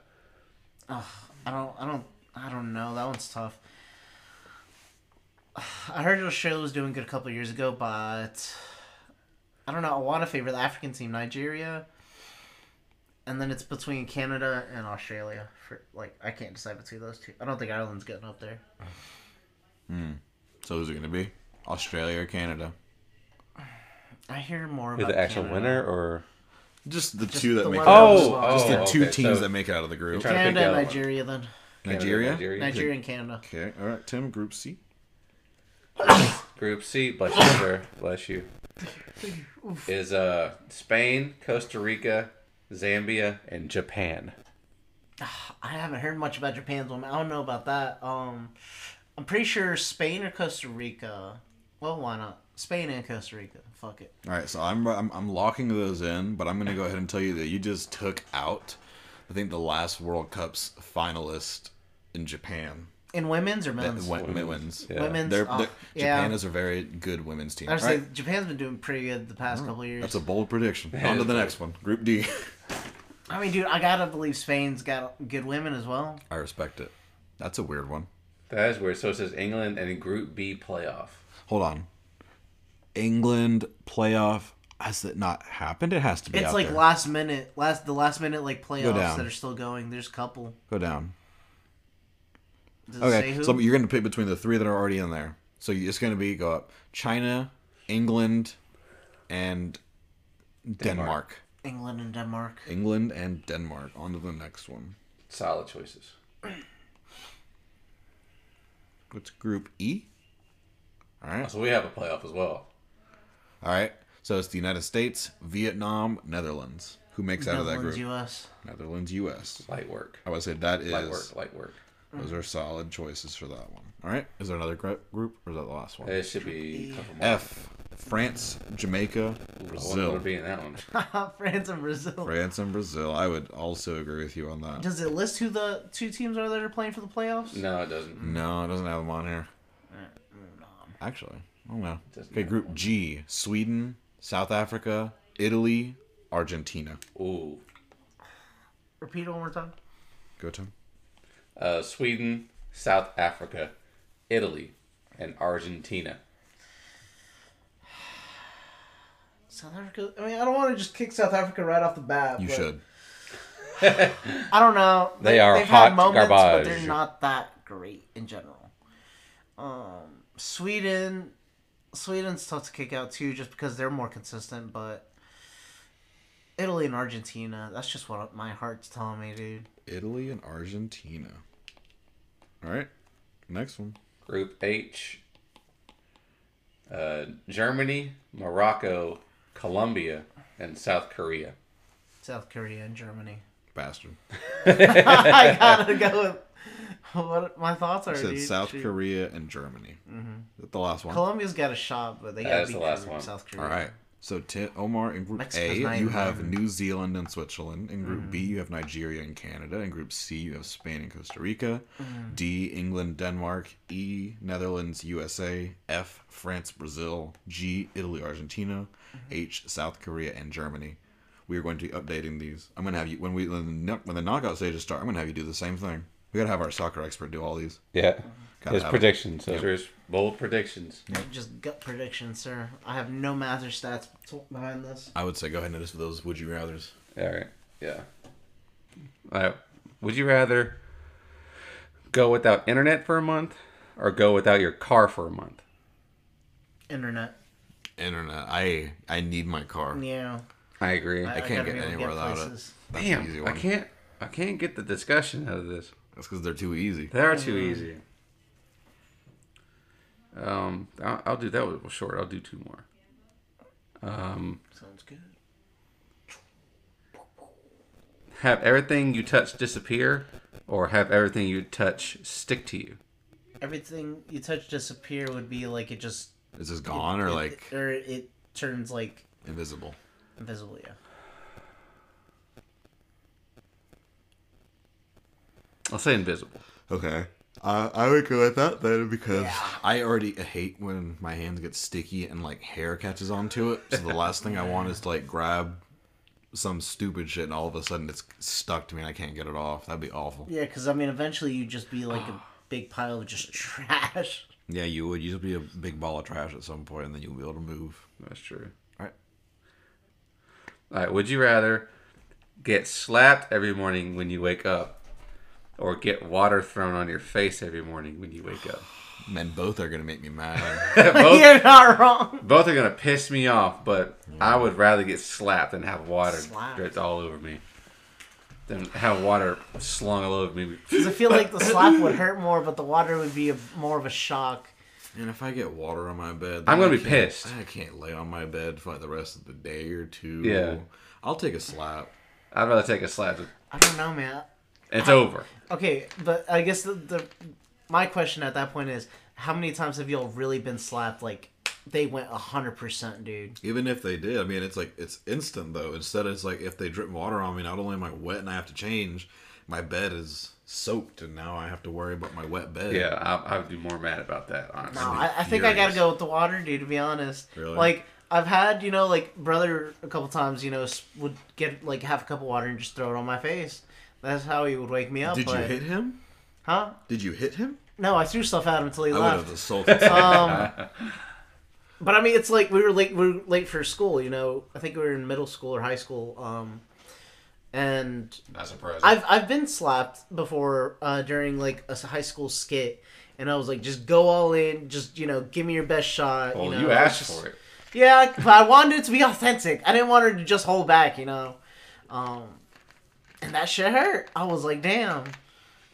Speaker 3: I don't. I don't. I don't know. That one's tough. I heard Australia was doing good a couple of years ago, but I don't know. I want to favor the African team, Nigeria. and then it's between Canada and Australia. For like, I can't decide between those two. I don't think Ireland's getting up there.
Speaker 2: So who's it going to be? Australia or Canada?
Speaker 3: I hear more
Speaker 1: Who's
Speaker 3: about
Speaker 1: the actual
Speaker 3: Canada.
Speaker 1: winner or
Speaker 2: Just the two that
Speaker 3: the
Speaker 2: make
Speaker 3: one
Speaker 2: it out.
Speaker 3: that
Speaker 2: Just,
Speaker 3: was
Speaker 2: just the
Speaker 1: lost.
Speaker 2: two
Speaker 1: Oh, okay,
Speaker 2: teams
Speaker 1: so-
Speaker 2: that make it out of the group.
Speaker 1: trying to
Speaker 3: Canada
Speaker 1: pick
Speaker 3: and
Speaker 1: the other one.
Speaker 3: Nigeria then.
Speaker 1: Canada,
Speaker 2: Nigeria?
Speaker 3: Nigeria and Canada.
Speaker 2: Okay, all right, Tim, Group C.
Speaker 1: Group C, bless you, sir, bless you. Is uh Spain, Costa Rica, Zambia, and Japan.
Speaker 3: I haven't heard much about Japan's woman. I don't know about that. Um, I'm pretty sure Spain or Costa Rica. Well, why not? Spain and Costa Rica. Fuck it.
Speaker 2: All right, so I'm, I'm I'm locking those in, but I'm gonna go ahead and tell you that you just took out, I think the last World Cup's finalist in Japan
Speaker 3: In women's or
Speaker 2: that
Speaker 3: men's?
Speaker 2: went women's. uh,
Speaker 1: Yeah.
Speaker 3: Women's.
Speaker 2: They're,
Speaker 3: oh,
Speaker 2: they're-
Speaker 3: yeah.
Speaker 2: Japan is a very good women's team.
Speaker 3: I
Speaker 2: All
Speaker 3: was like,
Speaker 2: right, Mm,
Speaker 3: Japan's been doing pretty good the past couple of years.
Speaker 2: that's a bold prediction. On to
Speaker 1: is
Speaker 2: the
Speaker 1: bold.
Speaker 2: next one, Group D.
Speaker 3: I mean, dude, I gotta believe Spain's got good women as well.
Speaker 2: I respect it. That's a weird one.
Speaker 1: That is weird. So it says England and Group B playoff.
Speaker 2: Hold on, England playoff has it not happened? It has to be.
Speaker 3: it's
Speaker 2: out
Speaker 3: like
Speaker 2: there.
Speaker 3: last minute, last the last minute like playoffs
Speaker 2: down.
Speaker 3: that are still going. There's a couple.
Speaker 2: go down.
Speaker 3: Does it say
Speaker 2: Okay,
Speaker 3: who?
Speaker 2: so you're going to pick between the three that are already in there. So you- it's going to be go up China, England, and Denmark.
Speaker 3: England and Denmark.
Speaker 2: England and Denmark. On to the next one.
Speaker 1: Solid choices.
Speaker 2: What's Group E? All right.
Speaker 1: So we have a playoff as well.
Speaker 2: All right. So it's the United States, Vietnam, Netherlands. Who makes out of that
Speaker 3: Netherlands,
Speaker 2: group?
Speaker 3: U.S.
Speaker 2: Netherlands, U.S.
Speaker 1: Light work.
Speaker 2: I would say that
Speaker 1: Light
Speaker 2: is.
Speaker 1: work. Light work.
Speaker 2: Those are solid choices for that one. All right. Is there another gr- group or is that the last one?
Speaker 1: It should be a couple more.
Speaker 2: F. France, Jamaica,
Speaker 1: I wouldn't want
Speaker 2: Brazil.
Speaker 1: to be in that one.
Speaker 3: France and Brazil.
Speaker 2: France and Brazil. I would also agree with you on that.
Speaker 3: Does it list who the two teams are that are playing for the playoffs?
Speaker 1: No, it doesn't.
Speaker 2: No, it doesn't have them on here. Actually, oh no.
Speaker 1: Doesn't
Speaker 2: Okay,
Speaker 1: have
Speaker 2: Group G: Sweden, South Africa, Italy, Argentina.
Speaker 1: Ooh.
Speaker 3: Repeat it one more time.
Speaker 2: Go to
Speaker 1: Uh, Sweden, South Africa, Italy, and Argentina.
Speaker 3: South Africa. I mean, I don't want to just kick South Africa right off the bat.
Speaker 2: You
Speaker 3: but
Speaker 2: should.
Speaker 3: I don't know.
Speaker 1: They are
Speaker 3: they've
Speaker 1: hot
Speaker 3: had moments, but
Speaker 1: garbage.
Speaker 3: they're not that great in general. Um, Sweden, Sweden's tough to kick out too, just because they're more consistent. But Italy and Argentina, that's just what my heart's telling me, dude.
Speaker 2: Italy and Argentina. All right, next one.
Speaker 1: Group H. Uh, Germany, Morocco, Colombia, and South Korea.
Speaker 3: South Korea and Germany.
Speaker 2: Bastard.
Speaker 3: I gotta go with what my thoughts are.
Speaker 2: It said
Speaker 3: dude.
Speaker 2: South
Speaker 3: Shoot.
Speaker 2: Korea and Germany. Mm-hmm. the last one?
Speaker 3: Colombia's got a shot, but they
Speaker 1: That
Speaker 3: got
Speaker 1: is
Speaker 3: beat
Speaker 1: the last
Speaker 3: Korea-
Speaker 1: one.
Speaker 3: South Korea.
Speaker 2: All right. So Ti- Omar in Group
Speaker 3: Mexico's not
Speaker 2: A, you
Speaker 3: even Mm-hmm.
Speaker 2: have
Speaker 3: in.
Speaker 2: New Zealand and Switzerland. In Group B, you have Nigeria and Canada. In Group C, you have Spain and Costa Rica.
Speaker 3: Mm-hmm.
Speaker 2: D, England, Denmark. E, Netherlands, USA. F, France, Brazil. G, Italy, Argentina.
Speaker 3: Mm-hmm.
Speaker 2: H, South Korea and Germany. We are going to be updating these. I'm gonna have you when we when the, knock- when the knockout stages start. I'm gonna have you do the same thing. We gotta have our soccer expert do all these.
Speaker 1: Yeah.
Speaker 2: Gotta
Speaker 1: his
Speaker 2: have it.
Speaker 1: predictions. Those are his bold predictions.
Speaker 3: Just gut prediction, sir. I have no math or stats behind this.
Speaker 2: I would say go ahead and list those would you rather's.
Speaker 1: All right. Yeah. All right. Would you rather go without internet for a month or go without your car for a month?
Speaker 3: Internet.
Speaker 2: Internet. I I need my car.
Speaker 3: Yeah.
Speaker 1: I agree.
Speaker 2: I can't get
Speaker 3: gotta be able to
Speaker 2: anywhere without
Speaker 3: places.
Speaker 2: it. That's an easy
Speaker 1: Damn, I
Speaker 2: one.
Speaker 1: can't. I can't get the discussion out of this.
Speaker 2: That's because they're too easy.
Speaker 1: They are
Speaker 2: Mm-hmm.
Speaker 1: too easy. Um, I'll, I'll do that one short. I'll do two more.
Speaker 3: Sounds good.
Speaker 1: Have everything you touch disappear, or have everything you touch stick to you.
Speaker 3: Everything you touch disappear would be like it just
Speaker 2: Is this gone or like
Speaker 3: or it turns like
Speaker 2: invisible?
Speaker 3: invisible. Yeah.
Speaker 1: I'll say invisible.
Speaker 2: Okay. I I would go with that then because I already hate when my hands get sticky and like hair catches onto it. So the last thing I want is to like grab some stupid shit and all of a sudden it's stuck to me and I can't get it off. That'd be awful.
Speaker 3: Yeah, because I mean, eventually you just be like a big pile of just trash.
Speaker 2: Yeah, you would. You'd be a big ball of trash at some point and then you'll be able to move.
Speaker 1: That's true.
Speaker 2: All right.
Speaker 1: All right. Would you rather get slapped every morning when you wake up, or get water thrown on your face every morning when you wake up.
Speaker 2: Man, both are gonna make me mad.
Speaker 1: both,
Speaker 3: You're not wrong.
Speaker 1: both are gonna piss me off, but I would rather get slapped than have water
Speaker 3: Slapped.
Speaker 1: dripped all over me. Than have water slung all over me.
Speaker 3: Because I feel like the slap would hurt more, but the water would be a, more of a shock.
Speaker 2: and if I get water on my bed,
Speaker 1: I'm
Speaker 2: then
Speaker 1: gonna
Speaker 2: I
Speaker 1: be
Speaker 2: can't-
Speaker 1: pissed.
Speaker 2: I can't lay on my bed for like the rest of the day or two.
Speaker 1: Yeah.
Speaker 2: I'll take a slap.
Speaker 1: I'd rather take a slap.
Speaker 3: I don't know, man.
Speaker 1: It's over.
Speaker 3: Okay, but I guess the, the my question at that point is, how many times have y'all really been slapped? Like they went hundred percent, dude.
Speaker 2: Even if they did, I mean, it's like it's instant though. Instead, it's like if they drip water on me, not only am I wet and I have to change, my bed is soaked, and now I have to worry about my wet bed.
Speaker 1: Yeah, I, I would be more mad about that, honestly.
Speaker 3: No, I, I think I gotta
Speaker 2: furious.
Speaker 3: go with the water, dude. To be honest,
Speaker 2: Really?
Speaker 3: like I've had, you know, like brother a couple times, you know, s- would get like half a cup of water and just throw it on my face. That's how he would wake me up.
Speaker 2: Did you
Speaker 3: but-
Speaker 2: hit him?
Speaker 3: Huh?
Speaker 2: Did you hit him?
Speaker 3: No, I threw stuff at him until he
Speaker 2: I would have
Speaker 3: left.
Speaker 2: assaulted. him.
Speaker 1: Uh,
Speaker 3: Um, but I mean, it's like we were late. We were late for school. You know, I think we were in middle school or high school. Um, and
Speaker 1: Not surprised.
Speaker 3: I've I've been slapped before uh, during like a s- high school skit, and I was like, just go all in, just you know, give me your best shot.
Speaker 1: well,
Speaker 3: you,
Speaker 1: you,
Speaker 3: know,
Speaker 1: asked
Speaker 3: just-
Speaker 1: for it.
Speaker 3: Yeah, but I wanted it to be authentic. I didn't want her to just hold back, you know. Um, and that shit hurt. I was like, damn,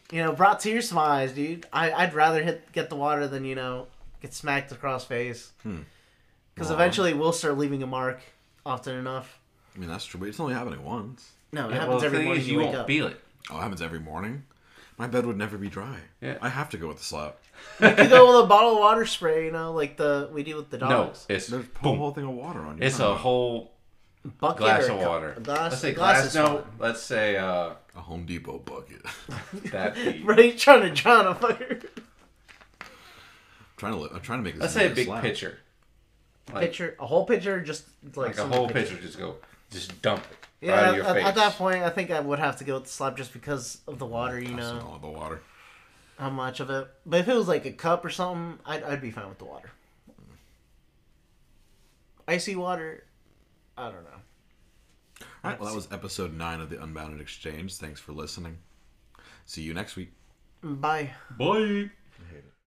Speaker 3: you know, brought tears to my eyes, dude. I I'd rather hit get the water than you know get smacked across face.
Speaker 1: Hmm.
Speaker 3: Because
Speaker 2: Aw.
Speaker 3: eventually we'll start leaving a mark often enough.
Speaker 2: I mean, that's true, but it's only happening once.
Speaker 3: No, it
Speaker 1: Yeah, well,
Speaker 3: happens
Speaker 1: the
Speaker 3: every
Speaker 1: thing
Speaker 3: morning
Speaker 1: is,
Speaker 3: you,
Speaker 1: you
Speaker 3: wake
Speaker 1: won't
Speaker 3: up.
Speaker 1: feel it.
Speaker 2: Oh, it happens every morning. My bed would never be dry.
Speaker 1: Yeah.
Speaker 2: I have to go with the slap.
Speaker 3: you could go with a bottle of water spray, you know, like the we do with the
Speaker 1: No,
Speaker 3: dogs.
Speaker 1: it's
Speaker 2: There's pour a
Speaker 1: boom.
Speaker 2: whole thing of water on you.
Speaker 1: It's
Speaker 2: Wow.
Speaker 1: a whole
Speaker 3: Bucket
Speaker 1: glass
Speaker 3: or a
Speaker 1: of
Speaker 3: cup-
Speaker 1: water.
Speaker 3: a glass,
Speaker 1: let's say
Speaker 3: a glass,
Speaker 1: glass.
Speaker 3: is
Speaker 1: No,
Speaker 3: fine.
Speaker 1: let's say uh,
Speaker 2: a Home Depot bucket.
Speaker 1: that. be-
Speaker 3: Right, trying to drown a fucker.
Speaker 2: trying to li- I'm trying to make this.
Speaker 1: let's say a
Speaker 2: into
Speaker 1: big
Speaker 2: slap.
Speaker 1: pitcher, like,
Speaker 3: Picture a whole picture, just like,
Speaker 1: like a
Speaker 3: some
Speaker 1: whole
Speaker 3: picture.
Speaker 1: pitcher. Just go, just dump it
Speaker 3: Yeah,
Speaker 1: right
Speaker 3: at,
Speaker 1: in your
Speaker 3: at-
Speaker 1: face.
Speaker 3: at that point, I think I would have to go with the slap just because of the water, you
Speaker 2: I still
Speaker 3: know,
Speaker 2: don't have the water.
Speaker 3: how much of it. But if it was like a cup or something, I'd, I'd be fine with the water. Icy water, I don't know.
Speaker 2: All right, well, that was episode nine of the Unbounded Exchange. Thanks for listening. See you next week.
Speaker 3: Bye.
Speaker 1: Bye.